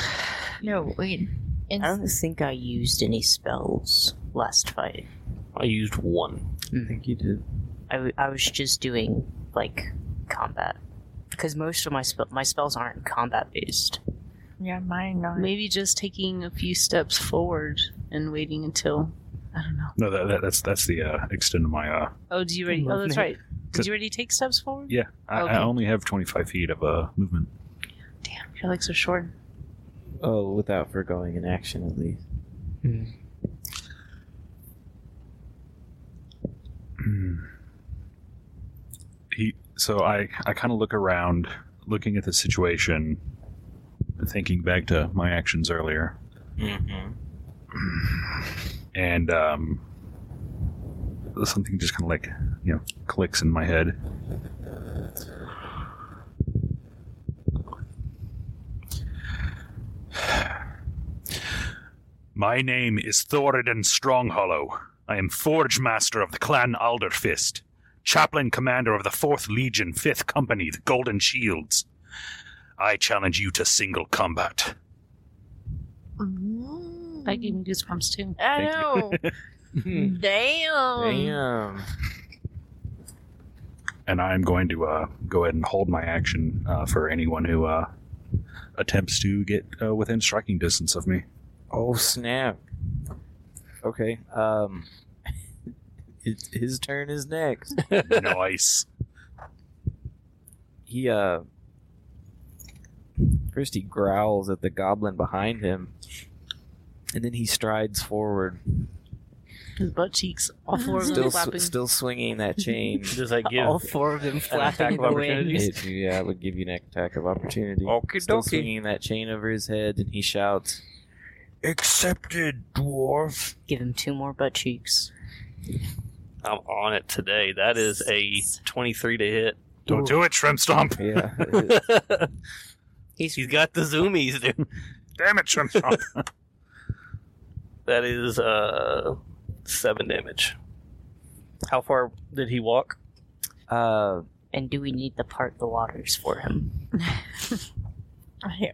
Speaker 4: No, wait.
Speaker 5: I
Speaker 4: It's,
Speaker 5: don't think I used any spells last fight.
Speaker 1: I used one.
Speaker 7: I think you did.
Speaker 5: I, w- I was just doing like combat because most of my spell my spells aren't combat based.
Speaker 4: yeah, mine not.
Speaker 3: Maybe just taking a few steps forward and waiting until. I don't know.
Speaker 6: No, that, that that's that's the uh, extent of my. Uh,
Speaker 3: Oh, do you already? Oh, that's
Speaker 5: Movement.
Speaker 3: right. Did you already take steps forward?
Speaker 6: yeah, I,
Speaker 3: Okay.
Speaker 6: I only have 25 feet of uh, movement.
Speaker 3: Damn, your legs are short.
Speaker 7: Oh, without foregoing an action at least.
Speaker 6: Hmm. he so I I kind of look around, looking at the situation, thinking back to my actions earlier.
Speaker 7: Mm-hmm.
Speaker 6: and um, something just kind of like you know clicks in my head. My name is Thoradin Stronghollow. I am Forge Master of the Clan Alderfist, Chaplain Commander of the Fourth Legion, Fifth Company, the Golden Shields. I challenge you to single combat.
Speaker 3: That gave me goosebumps too.
Speaker 4: Mm. I
Speaker 6: Thank
Speaker 4: know. Damn.
Speaker 7: Um, Damn.
Speaker 6: and I'm going to uh, go ahead and hold my action uh, for anyone who uh, attempts to get uh, within striking distance of me.
Speaker 7: Oh snap. Okay. Um. It's, his turn is next.
Speaker 6: nice.
Speaker 7: He uh. First he growls at the goblin behind him, and then he strides forward,
Speaker 3: His butt cheeks, all four of them
Speaker 7: still sw-
Speaker 3: flapping.
Speaker 7: still swinging that chain.
Speaker 1: Does that give
Speaker 5: All four of them
Speaker 1: attack
Speaker 5: flapping in
Speaker 1: of
Speaker 5: the wind.
Speaker 1: opportunities?
Speaker 7: It, yeah, it would give you an attack of opportunity.
Speaker 9: Okie
Speaker 7: Still
Speaker 9: dokie.
Speaker 7: swinging that chain over his head, and he shouts,
Speaker 9: Accepted, dwarf.
Speaker 5: Give him two more butt cheeks.
Speaker 1: I'm on it today. That is a 23 to hit.
Speaker 6: Don't do it, Shrimp Stomp.
Speaker 7: "Yeah,
Speaker 5: He's
Speaker 1: He's got the zoomies, dude.
Speaker 6: Damn it, Shrimp Stomp.
Speaker 1: That is uh seven damage. How far did he walk?
Speaker 7: uh,
Speaker 5: and do we need to part the waters for him?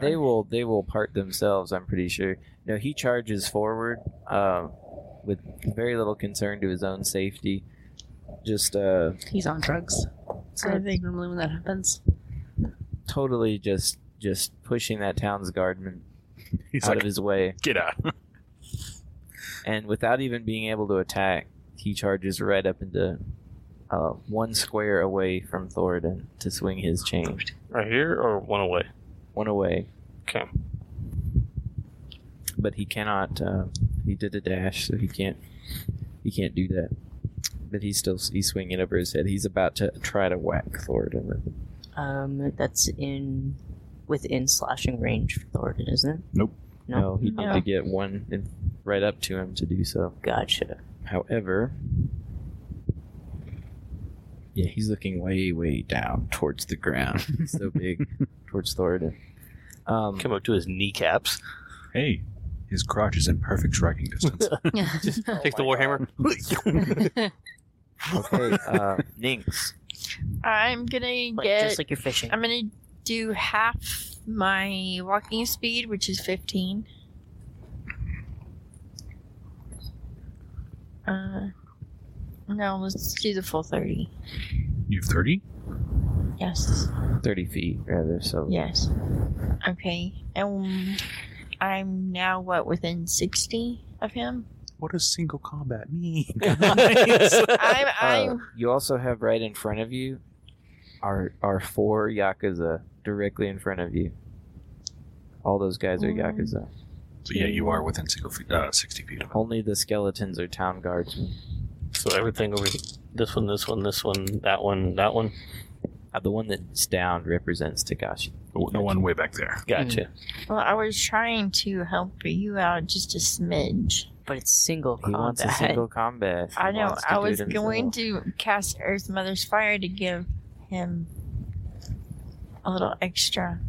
Speaker 7: they will they will part themselves. I'm pretty sure. No, he charges forward uh, with very little concern to his own safety. Just uh,
Speaker 3: He's on drugs. So
Speaker 4: Are they-
Speaker 3: normally when that happens.
Speaker 7: totally just just pushing that town's guardman
Speaker 6: He's
Speaker 7: out
Speaker 6: like,
Speaker 7: of his way.
Speaker 6: get out.
Speaker 7: And without even being able to attack, he charges right up into uh, one square away from Thoradin to swing his chain.
Speaker 1: Right here or one away?
Speaker 7: One away,
Speaker 1: Okay.
Speaker 7: but he cannot. Uh, he did a dash, so he can't. He can't do that. But he's still he's swinging over his head. He's about to try to whack Thoradin with it.
Speaker 5: Um, that's in within slashing range for Thoradin, isn't it?
Speaker 7: No,
Speaker 5: No.
Speaker 7: he needed
Speaker 4: No.
Speaker 7: to get one in, right up to him to do so.
Speaker 5: Gotcha.
Speaker 7: However, yeah, he's looking way, way down towards the ground. He's so big towards Thoradin. Um,
Speaker 1: Come up to his kneecaps.
Speaker 6: Hey, his crotch is in perfect striking distance. Oh
Speaker 1: Take the warhammer.
Speaker 7: okay, uh, Nynx.
Speaker 4: I'm gonna
Speaker 5: Like,
Speaker 4: get.
Speaker 5: just like you're fishing.
Speaker 4: I'm gonna do half my walking speed, which is 15. Uh, no, let's do the full 30.
Speaker 6: you have 30?
Speaker 4: Yes,
Speaker 7: 30 feet, rather, so
Speaker 4: yes. Okay, and I'm now what within 60 of him.
Speaker 6: What does single combat mean?
Speaker 4: I'm
Speaker 7: Uh,
Speaker 4: I'm
Speaker 7: you also have right in front of you are are four yakuza directly in front of you. All those guys are
Speaker 4: Mm.
Speaker 7: yakuza.
Speaker 6: so yeah, you are within single feet, uh, 60 feet of him.
Speaker 7: Only the skeletons are town guardsmen.
Speaker 1: So everything over here. This one, this one, this one, that one, that one.
Speaker 7: Uh, the one that's down represents Tagashi.
Speaker 6: The, the one way back there.
Speaker 1: Gotcha.
Speaker 4: well. I was trying to help you out just a smidge.
Speaker 5: but it's single
Speaker 7: He wants a
Speaker 5: combat.
Speaker 7: single combat. He
Speaker 4: I know.
Speaker 7: wants to
Speaker 4: I
Speaker 7: do it
Speaker 4: was going
Speaker 7: himself.
Speaker 4: to cast Earth Mother's Fire to give him a little extra,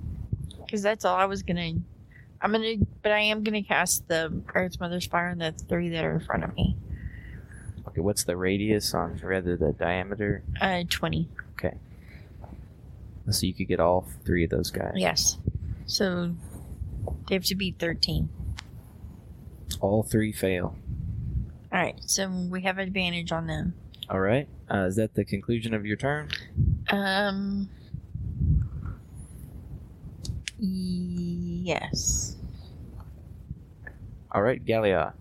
Speaker 4: because that's all I was gonna. I'm gonna, but I am gonna cast the Earth Mother's Fire on the three that are in front of me.
Speaker 7: Okay, what's the radius on rather the diameter?
Speaker 4: Uh, twenty.
Speaker 7: So you could get all three of those guys.
Speaker 4: Yes. So they have to be thirteen.
Speaker 7: All three fail.
Speaker 4: All right. So we have advantage on them.
Speaker 7: All right. Uh, is that the conclusion of your turn?
Speaker 4: Um. Yes.
Speaker 7: All right, Gallia.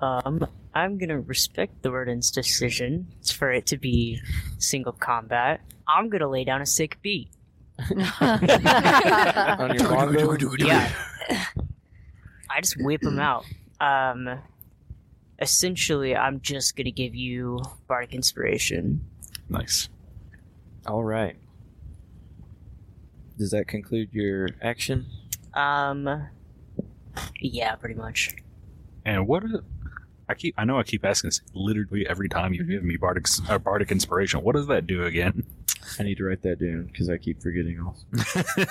Speaker 5: Um, I'm gonna respect the Verdant's decision for it to be single combat. I'm gonna lay down a sick beat. Uh,
Speaker 7: on your longbow.
Speaker 5: Yeah. I just whip them out. Um, essentially, I'm just gonna give you bardic inspiration.
Speaker 6: Nice.
Speaker 7: All right. Does that conclude your action?
Speaker 5: Um, yeah, pretty much.
Speaker 6: And what are I keep I know I keep asking this literally every time you give me bardic uh, bardic inspiration. What does that do again?
Speaker 7: I need to write that down because I keep forgetting. Also,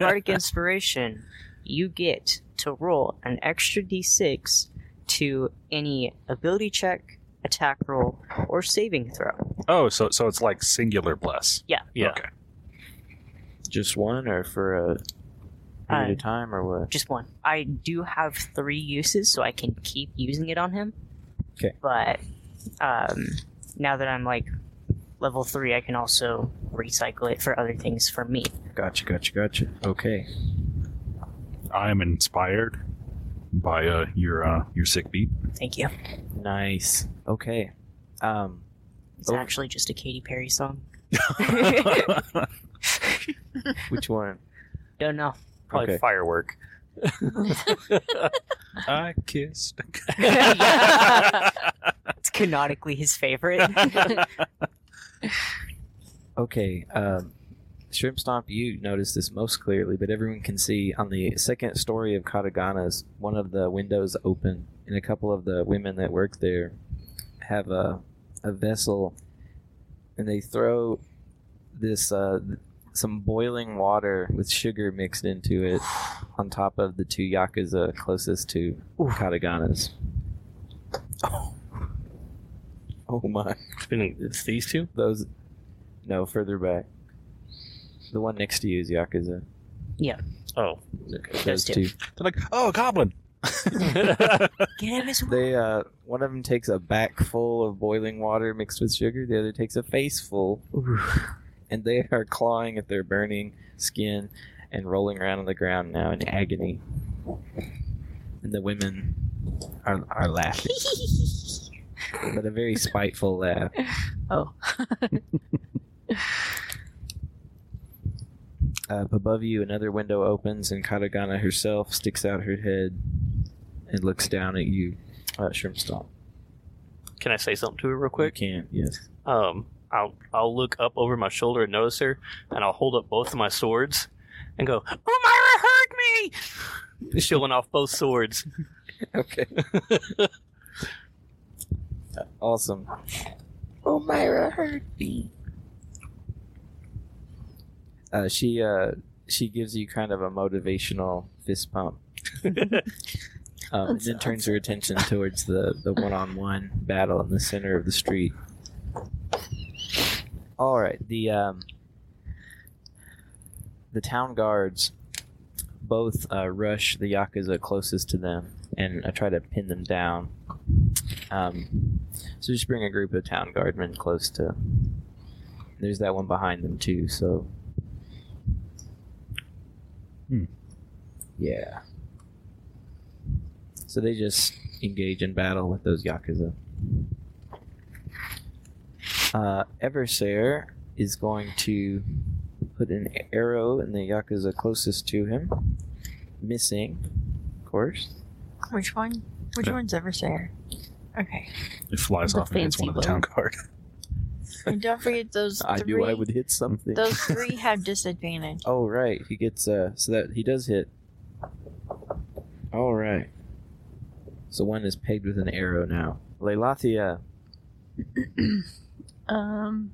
Speaker 5: Bardic Inspiration, you get to roll an extra d6 to any ability check, attack roll, or saving throw.
Speaker 6: Oh, so so it's like singular bless.
Speaker 5: Yeah.
Speaker 1: Yeah.
Speaker 6: Okay.
Speaker 7: just one, or for a period
Speaker 5: Uh,
Speaker 7: of time, or what?
Speaker 5: Just one. I do have three uses, so I can keep using it on him.
Speaker 7: 'Kay.
Speaker 5: But um, now that I'm like level three, I can also recycle it for other things for me.
Speaker 7: Gotcha, gotcha, gotcha. Okay.
Speaker 6: I am inspired by uh, your uh, your sick beat.
Speaker 5: Thank you.
Speaker 7: Nice. Okay. Um.
Speaker 5: It's
Speaker 7: Oh.
Speaker 5: actually just a Katy Perry song.
Speaker 7: Which one?
Speaker 5: Don't know.
Speaker 1: Probably
Speaker 7: Okay.
Speaker 1: firework.
Speaker 6: I kissed.
Speaker 5: It's canonically his favorite.
Speaker 7: Okay. Um. Shrimp Stomp, you notice this most clearly, but everyone can see on the second story of Katagana's, one of the windows open, and a couple of the women that work there have a, a vessel, and they throw this uh, th- some boiling water with sugar mixed into it on top of the two yakuza closest to Katagana's. Oh. oh my!
Speaker 1: It's been- It's these two.
Speaker 7: Those no further back. The one next to you is yakuza.
Speaker 1: Oh,
Speaker 5: Those two.
Speaker 6: They're like, oh, a goblin.
Speaker 5: Get him his
Speaker 7: They uh, one of them takes a back full of boiling water mixed with sugar. The other takes a face full, and they are clawing at their burning skin, and rolling around on the ground now in agony. And the women are, are laughing, but a very spiteful laugh.
Speaker 3: Oh.
Speaker 7: Up above you, another window opens, and Katagana herself sticks out her head and looks down at you, uh, Shrimpstomp.
Speaker 1: Can I say something to her real
Speaker 7: You
Speaker 1: quick?
Speaker 7: can't, yes.
Speaker 1: Um, I'll I'll look up over my shoulder and notice her, and I'll hold up both of my swords and go, "Oh, Myra heard me!" Showing off both swords.
Speaker 7: Okay. awesome.
Speaker 9: Oh, Myra hurt me.
Speaker 7: Uh, she uh, she gives you kind of a motivational fist pump, um, and then turns her attention towards the the one on one battle in the center of the street. All right, the um, the town guards both uh, rush the yakuza closest to them and uh, try to pin them down. Um, so just bring a group of town guardmen close to. There's that one behind them too, so. Yeah. So they just engage in battle with those yakuza. Uh, Eversair is going to put an arrow in the yakuza closest to him, missing, of course.
Speaker 4: Which one? Which
Speaker 6: Yeah.
Speaker 4: one's ever there? Okay.
Speaker 6: It flies
Speaker 3: The
Speaker 6: off and hits one of the
Speaker 3: fancy
Speaker 6: town guard.
Speaker 4: And don't forget those three.
Speaker 7: I knew I would hit something.
Speaker 4: Those three have disadvantage.
Speaker 7: Oh right, he gets uh, so that he does hit. All right. So one is pegged with an arrow now. Leilathia,
Speaker 3: Um,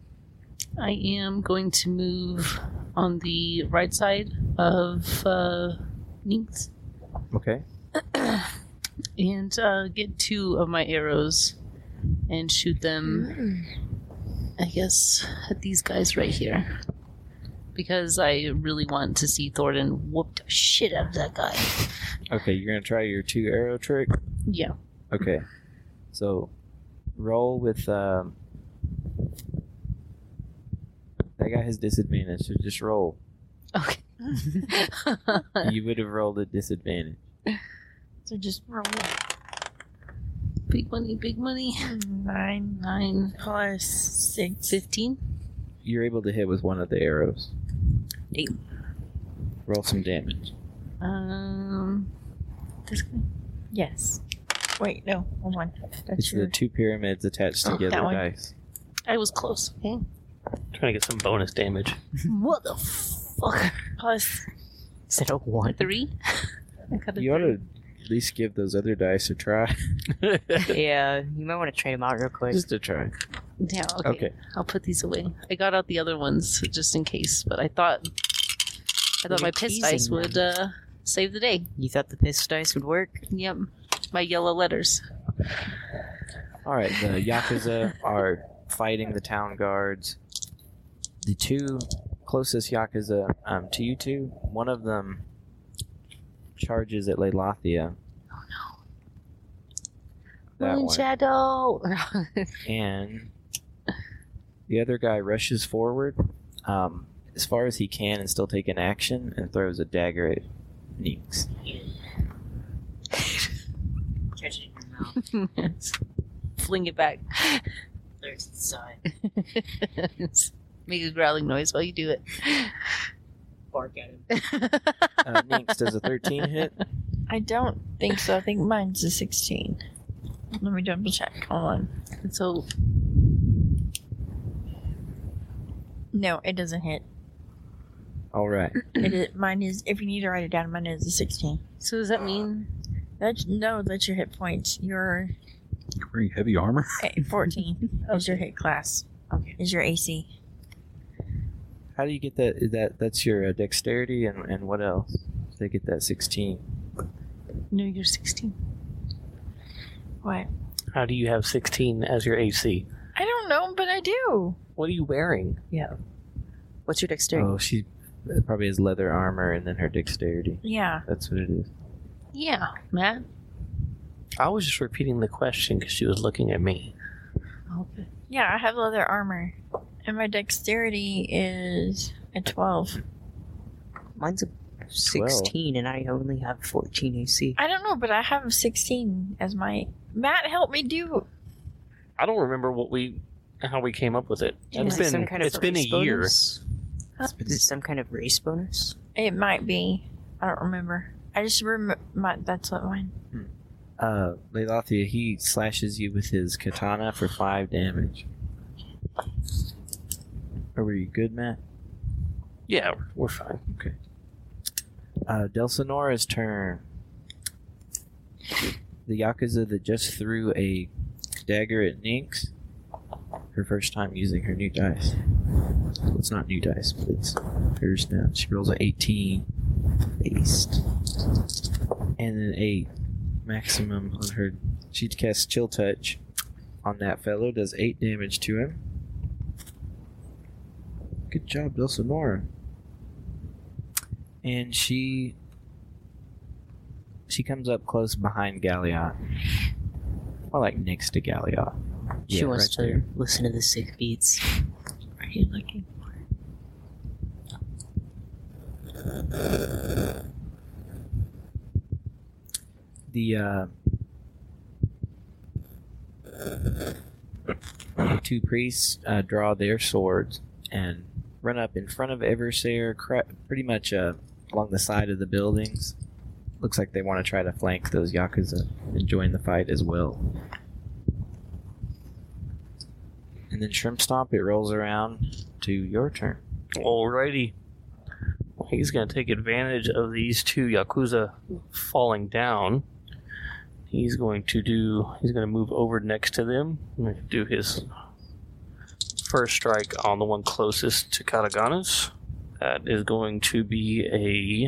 Speaker 3: I am going to move on the right side of uh, Ninx
Speaker 7: okay.
Speaker 3: and uh, get two of my arrows and shoot them. I guess at these guys right here because I really want to see Thornton whoop the shit out of that guy.
Speaker 7: Okay, you're gonna try your two arrow trick.
Speaker 3: Yeah.
Speaker 7: Okay. So roll with um that guy has disadvantage, so just roll.
Speaker 3: Okay.
Speaker 7: you would have rolled a disadvantage.
Speaker 4: So just roll
Speaker 3: big money, big money.
Speaker 4: nine
Speaker 3: Nine,
Speaker 4: plus six.
Speaker 3: fifteen.
Speaker 7: You're able to hit with one of the arrows.
Speaker 5: Eight.
Speaker 7: Roll some damage.
Speaker 3: Um, this guy.
Speaker 4: Yes. Wait, no, hold on.
Speaker 7: It's
Speaker 4: That's
Speaker 7: the
Speaker 4: your
Speaker 7: two pyramids attached together
Speaker 4: that one.
Speaker 7: dice.
Speaker 3: I was close. Okay.
Speaker 1: Trying to get some bonus damage.
Speaker 3: Motherfucker.
Speaker 4: plus.
Speaker 5: Is it a one?
Speaker 3: Three. I got a
Speaker 7: You ought
Speaker 3: three.
Speaker 7: to at least give those other dice a try.
Speaker 5: yeah, you might want to trade them out real quick.
Speaker 7: Just a try.
Speaker 3: Yeah, okay.
Speaker 7: Okay.
Speaker 3: I'll put these away. I got out the other ones just in case, but I thought I thought
Speaker 5: You're
Speaker 3: my piss
Speaker 5: teasing
Speaker 3: dice
Speaker 5: them.
Speaker 3: would uh, save the day.
Speaker 5: You thought the piss dice would work?
Speaker 3: Yep. My yellow letters.
Speaker 7: All right, the Yakuza are fighting the town guards. The two closest Yakuza um, to you two, one of them charges at Leilathia. Oh no. That
Speaker 3: Moon
Speaker 7: one.
Speaker 3: shadow.
Speaker 7: And the other guy rushes forward um, as far as he can and still take an action and throws a dagger at Neeks.
Speaker 3: Fling it back. Make a growling noise while you do it.
Speaker 5: Bark at him.
Speaker 7: Uh, Neeks does a 13 hit.
Speaker 4: I don't think so. I think mine's a 16. Let me double check. Hold on.
Speaker 3: so
Speaker 4: No, it doesn't hit.
Speaker 7: All right.
Speaker 4: It is, mine is, if you need to write it down, mine is a 16.
Speaker 3: so does that mean
Speaker 4: That's, no, that's your hit points. Your
Speaker 6: You're wearing heavy armor.
Speaker 4: eh, 14 is your hit class. Okay. Is your AC.
Speaker 7: How do you get that? That that's your uh, dexterity and and what else? They get that sixteen.
Speaker 3: no you're sixteen?
Speaker 4: What?
Speaker 1: How do you have 16 as your AC?
Speaker 4: I don't know, but I do.
Speaker 1: What are you wearing?
Speaker 5: What's your dexterity?
Speaker 7: Oh, she probably has leather armor and then her dexterity.
Speaker 4: Yeah.
Speaker 7: That's what it is.
Speaker 3: Yeah, Matt.
Speaker 1: I was just repeating the question because she was looking at me.
Speaker 3: Okay.
Speaker 4: Yeah, I have leather armor. And my dexterity is a 12.
Speaker 5: Mine's a 16 and I only have 14 AC.
Speaker 4: I don't know, but I have 16 as my. Matt, help me do.
Speaker 1: I don't remember what we how we came up with it.
Speaker 5: Is
Speaker 1: It's
Speaker 5: it
Speaker 1: been
Speaker 5: some kind of
Speaker 1: it's been a
Speaker 5: race
Speaker 1: year.
Speaker 5: bonus? Is it some kind of race bonus?
Speaker 4: It might be. I don't remember. I just remember. My, that's what mine.
Speaker 7: Uh, Leilathia, he slashes you with his katana for five damage. Are we good, Matt?
Speaker 1: Yeah, we're fine.
Speaker 7: Uh, Delsonora's turn. The Yakuza that just threw a dagger at Nyx. Her first time using her new dice. Well, it's not new dice, but it's her snap. She rolls a 18 based. And an 8 maximum on her. She casts Chill Touch on that fellow, does 8 damage to him. Good job, Dulcinora. And she she comes up close behind Galliot. Or like next to Galliot.
Speaker 5: She
Speaker 7: Yeah,
Speaker 5: wants
Speaker 7: right
Speaker 5: to
Speaker 7: there.
Speaker 5: listen to the sick beats. Are you looking?
Speaker 7: The uh two priests uh, draw their swords and run up in front of Eversair, cra- pretty much uh, along the side of the buildings. Looks like they want to try to flank those Yakuza and join the fight as well. And then Shrimp Stomp, it rolls around to your turn.
Speaker 1: Alrighty. He's going to take advantage of these two Yakuza falling down. He's going to do. He's going to move over next to them and do his first strike on the one closest to Katagana's. That is going to be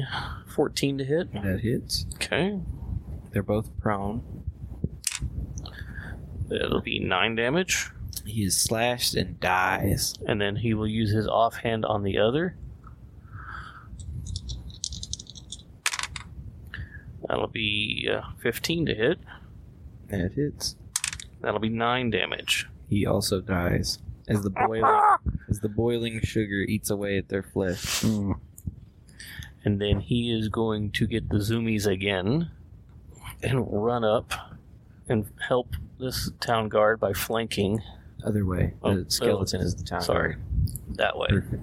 Speaker 1: a 14 to hit.
Speaker 7: That hits.
Speaker 1: Okay.
Speaker 7: They're both prone.
Speaker 1: That'll be 9 damage.
Speaker 7: He is slashed and dies.
Speaker 1: And then he will use his offhand on the other. That'll be uh, 15 to hit.
Speaker 7: That hits.
Speaker 1: That'll be nine damage.
Speaker 7: He also dies as the
Speaker 8: Ah.
Speaker 7: boiling as the boiling sugar eats away at their flesh.
Speaker 1: And then he is going to get the zoomies again and run up and help this town guard by flanking.
Speaker 7: Other way,
Speaker 1: Oh,
Speaker 7: the skeleton is the town.
Speaker 1: Sorry. That way.
Speaker 7: Perfect.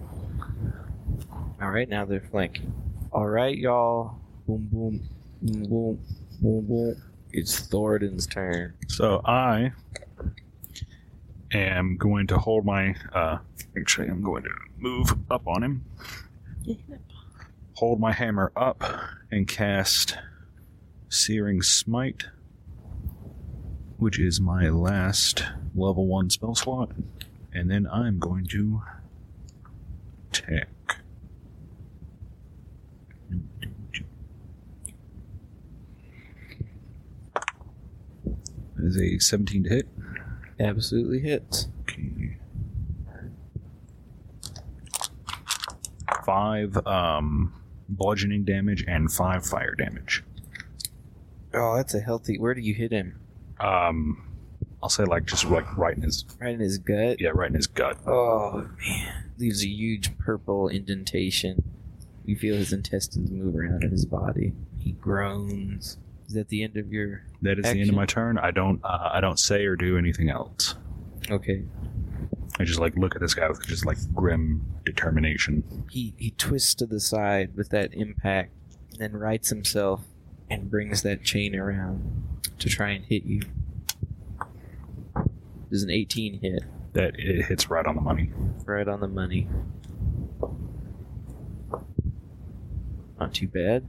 Speaker 7: All right, now they're flanking. All right, y'all. Boom, boom, boom, boom, boom, boom. It's Thoradin's turn.
Speaker 6: So I am going to hold my. Uh, actually, I'm going to move up on him. Hold my hammer up and cast Searing Smite, which is my last level one spell slot, and then I'm going to attack. That Is a 17 to hit.
Speaker 7: Absolutely hits.
Speaker 6: Okay. Five um, bludgeoning damage and five fire damage.
Speaker 7: Oh, that's a healthy. Where do you hit him?
Speaker 6: Um, I'll say like just like right in his
Speaker 7: Right in his gut.
Speaker 6: yeah right in his gut.
Speaker 7: Oh man, leaves a huge purple indentation. You feel his intestines move around in his body. He groans. Is that the end of your?
Speaker 6: That is the end of
Speaker 7: Action.
Speaker 6: my turn. I don't uh, I don't say or do anything else.
Speaker 7: Okay.
Speaker 6: I just like look at this guy with just like grim determination.
Speaker 7: He he twists to the side with that impact, then rights himself and brings that chain around to try and hit you. There's an 18 hit
Speaker 6: That it hits right on the money.
Speaker 7: right on the money. Not too bad.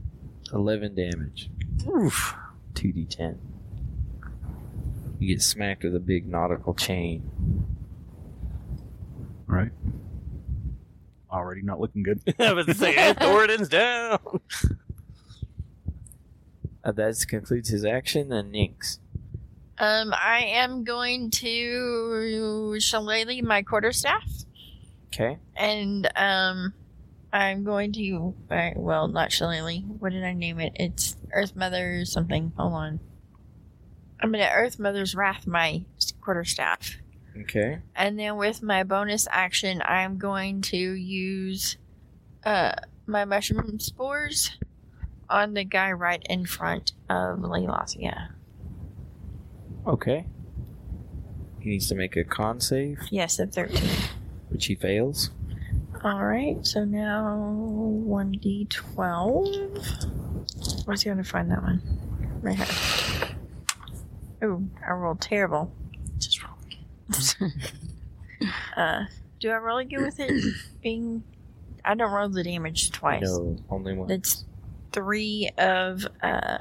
Speaker 7: 11 damage.
Speaker 1: Oof.
Speaker 7: 2d10. You get smacked with a big nautical chain.
Speaker 6: All right. Already not looking good.
Speaker 1: I was saying, Thoradin's down.
Speaker 7: Uh, that concludes his action, and Nyx.
Speaker 4: Um, I am going to shillelagh my quarterstaff,
Speaker 7: Okay.
Speaker 4: and um, I'm going to. I, well, not shillelagh. What did I name it? It's Earth Mother something. Hold on. I'm gonna Earth Mother's Wrath my quarterstaff,
Speaker 7: Okay.
Speaker 4: and then with my bonus action, I'm going to use uh my mushroom spores on the guy right in front of Lelos. Yeah.
Speaker 7: Okay. He needs to make a con save,
Speaker 4: Yes, at 13.
Speaker 7: which he fails.
Speaker 4: All right, so now 1d12. Where's he going to find that one? Right here. Ooh, I rolled terrible. Just roll. uh, do I roll again with it being. I don't roll the damage twice.
Speaker 7: No, only one.
Speaker 4: That's three of uh,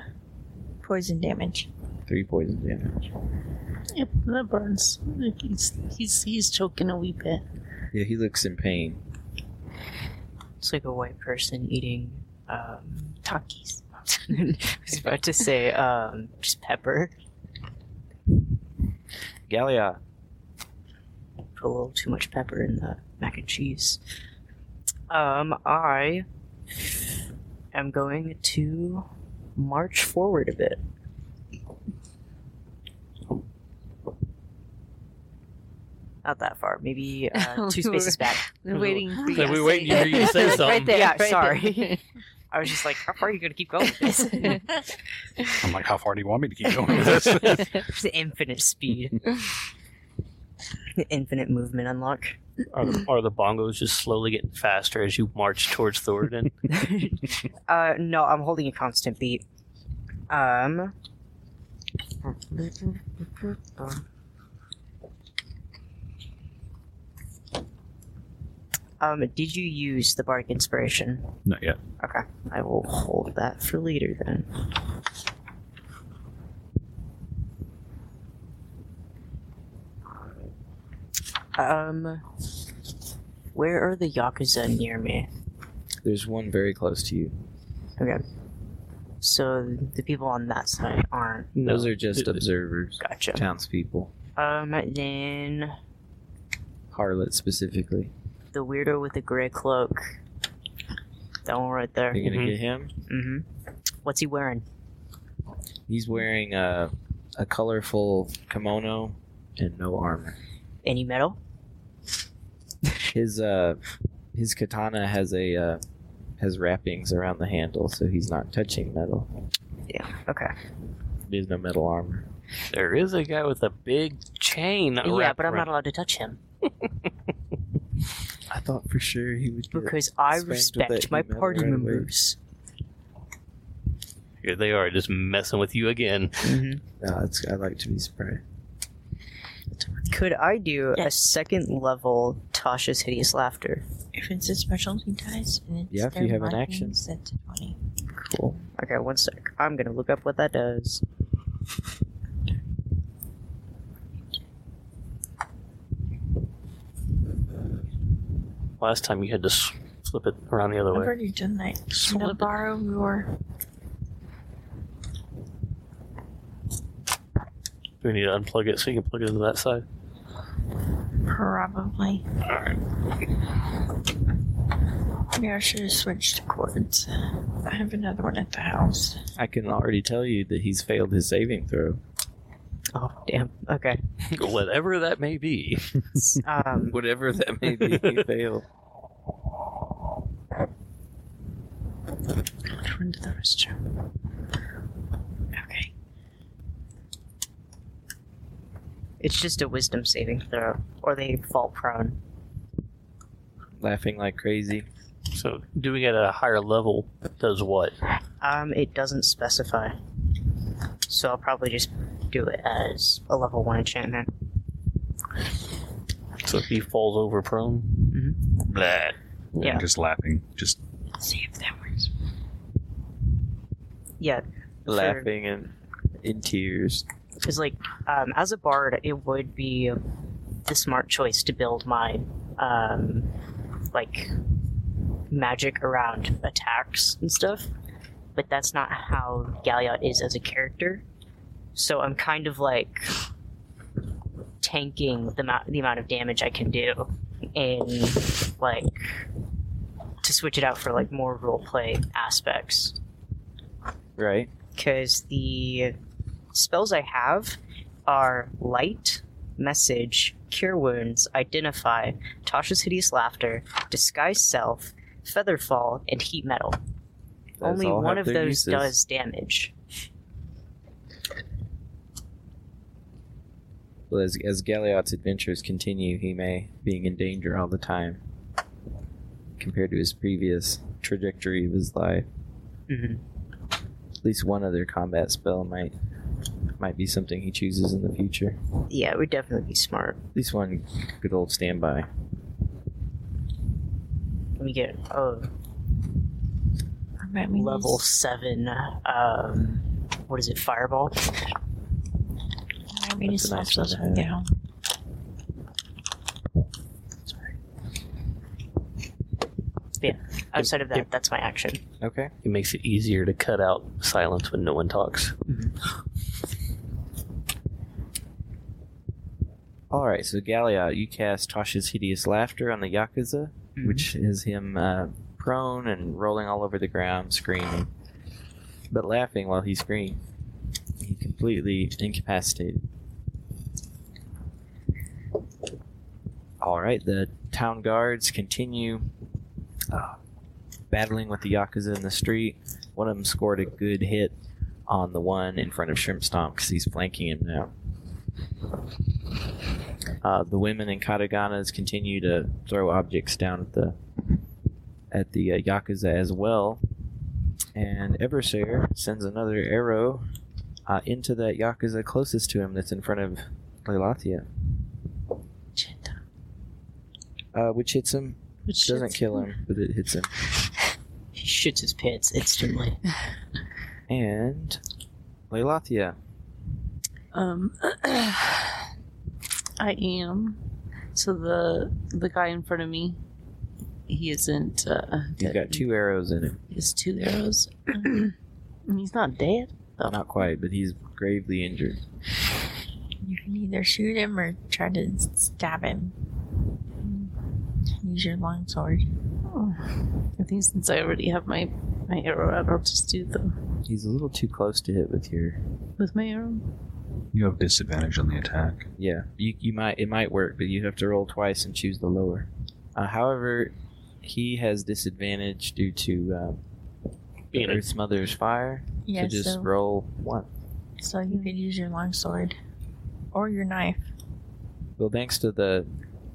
Speaker 4: poison damage.
Speaker 7: Three poison damage.
Speaker 3: Yep, that burns. He's, he's, he's choking a wee bit.
Speaker 7: Yeah, he looks in pain.
Speaker 5: It's like a white person eating um, Takis. I was about to say um, just pepper.
Speaker 7: Gallia,
Speaker 5: Put a little too much pepper in the mac and cheese. Um, I am going to march forward a bit. Not that far, maybe uh, two spaces back.
Speaker 3: They're waiting for
Speaker 5: So
Speaker 3: you.
Speaker 5: we
Speaker 3: to
Speaker 5: wait
Speaker 3: say
Speaker 5: for you to
Speaker 3: it.
Speaker 5: say
Speaker 3: Right
Speaker 1: something.
Speaker 3: there,
Speaker 5: Yeah,
Speaker 3: right there.
Speaker 5: sorry. I was just like, how far are you going to keep going with this?
Speaker 6: I'm like, how far do you want me to keep going with this?
Speaker 5: Just infinite speed. infinite movement unlock.
Speaker 1: Are the, are the bongos just slowly getting faster as you march towards Thoradin?
Speaker 5: uh, no, I'm holding a constant beat. Um. Um, did you use the bardic inspiration?
Speaker 6: Not yet.
Speaker 5: Okay, I will hold that for later then. Um, where are the yakuza near me?
Speaker 7: there's one very close to you.
Speaker 5: Okay, so the people on that side aren't.
Speaker 7: Those are just
Speaker 1: Th-
Speaker 7: observers,
Speaker 5: Gotcha.
Speaker 7: townspeople,
Speaker 5: Um, then
Speaker 7: harlot specifically.
Speaker 5: the weirdo with the gray cloak. That one right there.
Speaker 7: You're gonna
Speaker 1: Mhm.
Speaker 7: get him.
Speaker 5: Mm-hmm. What's he wearing?
Speaker 7: He's wearing a a colorful kimono and no armor.
Speaker 5: Any metal?
Speaker 7: His uh his katana has a uh, has wrappings around the handle, so he's not touching metal.
Speaker 5: Yeah. Okay.
Speaker 7: There's no metal armor.
Speaker 1: There is a guy with a big chain.
Speaker 5: yeah,
Speaker 1: wrapped
Speaker 5: but I'm
Speaker 1: around-
Speaker 5: not allowed to touch him.
Speaker 7: I thought for sure he would. Get
Speaker 5: Because I
Speaker 7: spanked with that
Speaker 5: respect my
Speaker 7: email
Speaker 5: party
Speaker 7: right away.
Speaker 5: members.
Speaker 1: Here they are, just messing with you again.
Speaker 7: No, uh, it's, I like to be surprised.
Speaker 5: Could I do a
Speaker 4: Yes.
Speaker 5: second level Tasha's Hideous Laughter?
Speaker 4: If it's a specialty dice, and it's
Speaker 7: Yeah, if you
Speaker 4: their
Speaker 7: have an
Speaker 4: markings,
Speaker 7: action.
Speaker 4: that's a 20.
Speaker 5: Cool. Okay, one sec. I'm gonna look up what that does.
Speaker 1: Last time you had to s- flip it around the other
Speaker 4: I've
Speaker 1: way.
Speaker 4: already done that. Can I
Speaker 3: Slip it.
Speaker 4: borrow your
Speaker 1: Do we need to unplug it so you can plug it into that side?
Speaker 4: probably? Maybe I should have switched to cords. I have another one at the house.
Speaker 7: I can already tell you that he's failed his saving throw.
Speaker 5: Oh damn. Okay.
Speaker 1: Whatever that may be.
Speaker 5: Um,
Speaker 7: Whatever that may be, he failed.
Speaker 5: run to the restroom. Okay. It's just a wisdom saving throw, or they fall prone.
Speaker 7: Laughing like crazy.
Speaker 1: So doing it at a higher level does what?
Speaker 5: Um, it doesn't specify, so I'll probably just do it as a level one enchantment.
Speaker 1: So if he falls over prone? Blah.
Speaker 5: Yeah.
Speaker 6: Just laughing. Just
Speaker 4: See if that works.
Speaker 5: Yeah,
Speaker 7: Laughing and in tears.
Speaker 5: because like um, as a bard it would be the smart choice to build my um, like magic around attacks and stuff but that's not how galliot is as a character so i'm kind of like tanking the, amount the amount of damage i can do and like to switch it out for like more roleplay aspects
Speaker 7: Right?
Speaker 5: because the spells I have are light, message, cure wounds, identify, Tasha's hideous laughter, disguise self, Featherfall, and Heat Metal.
Speaker 7: Those
Speaker 5: Only
Speaker 7: all
Speaker 5: one
Speaker 7: have
Speaker 5: of
Speaker 7: their
Speaker 5: those
Speaker 7: uses.
Speaker 5: does damage.
Speaker 7: Well, as, as Galliot's adventures continue, he may being in danger all the time compared to his previous trajectory of his life.
Speaker 5: Mhm.
Speaker 7: At least one other combat spell might might be something he chooses in the future.
Speaker 5: Yeah, it would definitely be smart.
Speaker 7: At least one good old standby.
Speaker 5: Let me get oh
Speaker 4: Remind me
Speaker 5: level seven. Um, what is it? Fireball.
Speaker 4: I mean,
Speaker 7: That's a nice
Speaker 4: so
Speaker 7: one to
Speaker 4: get
Speaker 7: have.
Speaker 4: home.
Speaker 5: Outside of that, that's my action.
Speaker 7: Okay.
Speaker 1: It makes it easier to cut out silence when no one talks.
Speaker 7: All right. So Galliot, you cast Tasha's hideous laughter on the yakuza, which is him uh, prone and rolling all over the ground, screaming, but laughing while he screams. He's completely incapacitated. All right, the town guards continue uh, battling with the yakuza in the street. One of them scored a good hit on the one in front of Shrimp Stomp because he's flanking him now. Uh, the women in kataganas continue to throw objects down at the at the uh, yakuza as well, and Eversayer sends another arrow uh, into that yakuza closest to him that's in front of Leilatia, uh, which hits him.
Speaker 3: Which
Speaker 7: Doesn't kill him, but it hits him.
Speaker 5: He shoots his pants instantly.
Speaker 7: And Leilatia,
Speaker 3: Um, I am. So the the guy in front of me, he isn't. Uh,
Speaker 7: you've got two arrows in him.
Speaker 3: He has two arrows. And he's not dead.
Speaker 7: Not quite, but he's gravely injured.
Speaker 4: You can either shoot him or try to stab him. Use your long sword.
Speaker 3: I think since I already have my my arrow out, I'll just do the
Speaker 7: He's a little too close to hit with your
Speaker 3: with my arrow.
Speaker 6: You have disadvantage on the attack.
Speaker 7: Yeah, you, you might it might work, but you have to roll twice and choose the lower. Uh, however, he has disadvantage due to um, the
Speaker 1: Being a-
Speaker 7: Earth Mother's fire.
Speaker 4: Yeah,
Speaker 7: so just
Speaker 4: so,
Speaker 7: roll one.
Speaker 4: so you could use your long sword or your knife.
Speaker 7: Well, thanks to the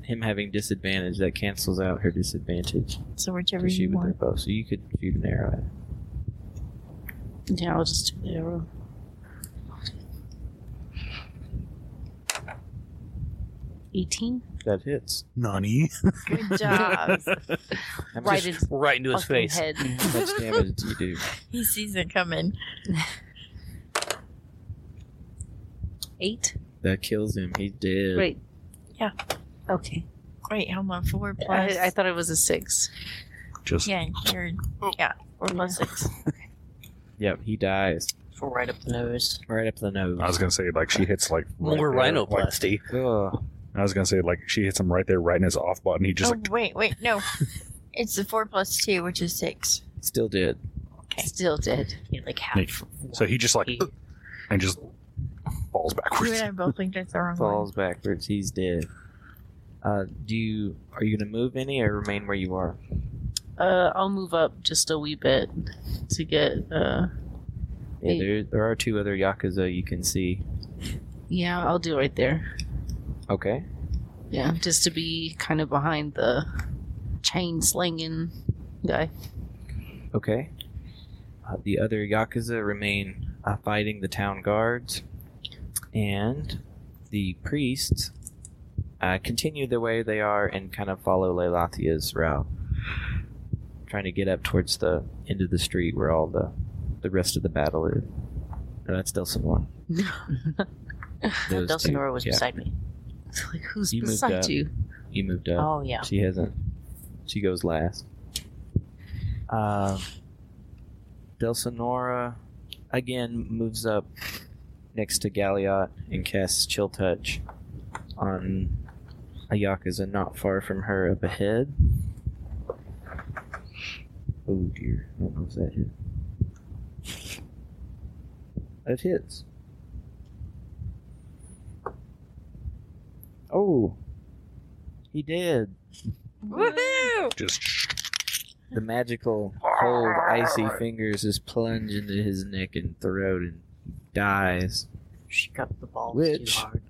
Speaker 7: him having disadvantage, that cancels out her disadvantage
Speaker 4: So
Speaker 7: to
Speaker 4: whichever
Speaker 7: shoot
Speaker 4: you
Speaker 7: with her
Speaker 4: want.
Speaker 7: bow. So you could shoot an arrow at. him.
Speaker 3: Yeah, I'll just do the arrow. Eighteen.
Speaker 7: That hits
Speaker 6: Nani?
Speaker 4: Good
Speaker 7: How
Speaker 4: job.
Speaker 7: much
Speaker 3: Right in his
Speaker 1: Right into his
Speaker 3: fucking
Speaker 1: face.
Speaker 3: head.
Speaker 7: how much damage do you do?
Speaker 4: he sees it coming.
Speaker 3: Eight.
Speaker 7: That kills him. He's dead.
Speaker 3: Wait.
Speaker 4: Yeah.
Speaker 3: Okay.
Speaker 4: Wait, hold on. Four plus.
Speaker 3: I, I thought it was a six.
Speaker 6: Just
Speaker 4: yeah, you're. Yeah, four plus six.
Speaker 7: Yep, he dies
Speaker 5: For right up the nose.
Speaker 7: right up the nose.
Speaker 6: I was gonna say like she hits like right
Speaker 1: More
Speaker 6: there, like,
Speaker 1: rhinoplasty.
Speaker 7: Ugh.
Speaker 6: I was gonna say like she hits him right there, right in his off button. He just
Speaker 4: oh,
Speaker 6: like
Speaker 4: wait, wait, no. it's the four plus two, which is six.
Speaker 7: Still dead.
Speaker 3: Still dead.
Speaker 5: He like half.
Speaker 6: Nick, so he just like
Speaker 5: he-
Speaker 6: and just falls
Speaker 4: You and
Speaker 6: backwards.
Speaker 4: I both think that's the wrong
Speaker 7: falls backwards. He's dead. Uh, do you are you gonna move any or remain where you are?
Speaker 3: Uh, I'll move up just a wee bit to get. Uh,
Speaker 7: Yeah,
Speaker 3: Eight.
Speaker 7: there there are two other yakuza you can see.
Speaker 3: yeah, I'll do right there.
Speaker 7: Okay.
Speaker 3: Yeah, just to be kind of behind the chain slinging guy.
Speaker 7: Okay. Uh, the other yakuza remain uh, fighting the town guards, and the priests uh, continue the way they are and kind of follow Leilatia's route, trying to get up towards the end of the street where all the the rest of the battle is. No, that's Delson one. Those two,
Speaker 5: Delsinora was
Speaker 7: yeah.
Speaker 5: beside me.
Speaker 3: It's like who's
Speaker 7: You moved
Speaker 3: beside
Speaker 7: up.
Speaker 3: you?
Speaker 7: You moved up.
Speaker 5: Oh yeah.
Speaker 7: She hasn't. She goes last. Uh, Del Sonora again moves up next to Galliot and casts Chill Touch on a Yakuza not far from her up ahead. Oh dear, I don't know if that hit. That hits. Oh, he did. Oh.
Speaker 4: one. Woohoo!
Speaker 6: Just
Speaker 7: The magical, cold, icy fingers just plunge into his neck and throat and he dies.
Speaker 5: She got the balls
Speaker 7: Which-
Speaker 5: too hard.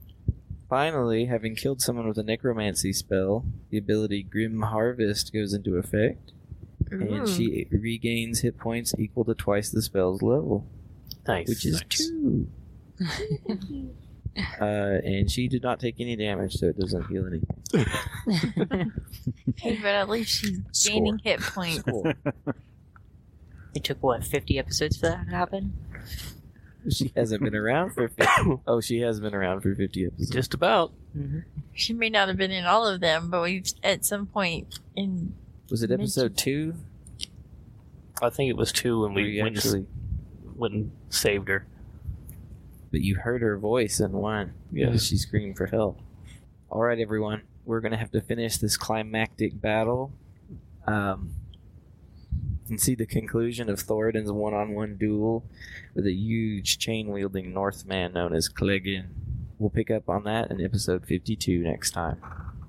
Speaker 7: Finally, having killed someone with a necromancy spell, the ability Grim Harvest goes into effect,
Speaker 4: Hmm.
Speaker 7: and she regains hit points equal to twice the spell's level,
Speaker 1: Nice.
Speaker 7: which is
Speaker 6: Nice.
Speaker 7: two. Uh, and she did not take any damage, so it doesn't heal any.
Speaker 4: Hey, but at least she's gaining hit points.
Speaker 5: It took what fifty episodes for that to happen.
Speaker 7: She hasn't been around for 50. Oh, she has been around for 50 episodes.
Speaker 1: just about.
Speaker 4: She may not have been in all of them, but we've at some point in
Speaker 7: Was it episode two?
Speaker 1: I think it was two when
Speaker 7: where
Speaker 1: we
Speaker 7: you
Speaker 1: went, and-
Speaker 7: actually,
Speaker 1: went and saved her.
Speaker 7: but you heard her voice in one.
Speaker 1: Yeah.
Speaker 7: She screamed for help. All right, everyone. We're going to have to finish this climactic battle um, and see the conclusion of Thoradin's one on one duel with a huge chain wielding Northman known as Clegane. We'll pick up on that in episode 52 next time.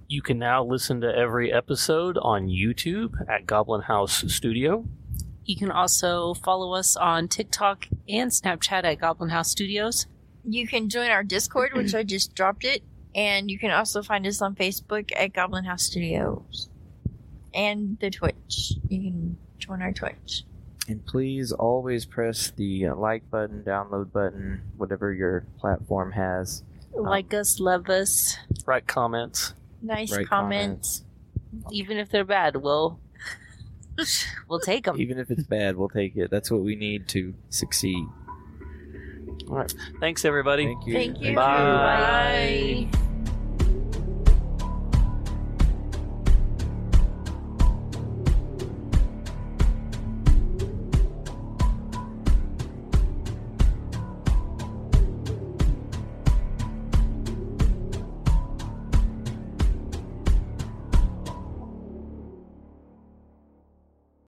Speaker 1: You can now listen to every episode on YouTube at Goblin House Studio.
Speaker 3: You can also follow us on TikTok and Snapchat at Goblin House Studios.
Speaker 4: You can join our Discord, which I just dropped it, and you can also find us on Facebook at Goblin House Studios and the Twitch. You can join our Twitch.
Speaker 7: And please always press the uh, like button, download button, whatever your platform has.
Speaker 3: Like us, love us.
Speaker 1: Write comments.
Speaker 4: Nice
Speaker 7: Write
Speaker 4: comments.
Speaker 3: Even if they're bad, we'll, we'll take them.
Speaker 7: Even if it's bad, we'll take it. That's what we need to succeed.
Speaker 1: Thanks, everybody.
Speaker 7: Thank you.
Speaker 4: Thank you.
Speaker 1: Bye.
Speaker 4: Bye.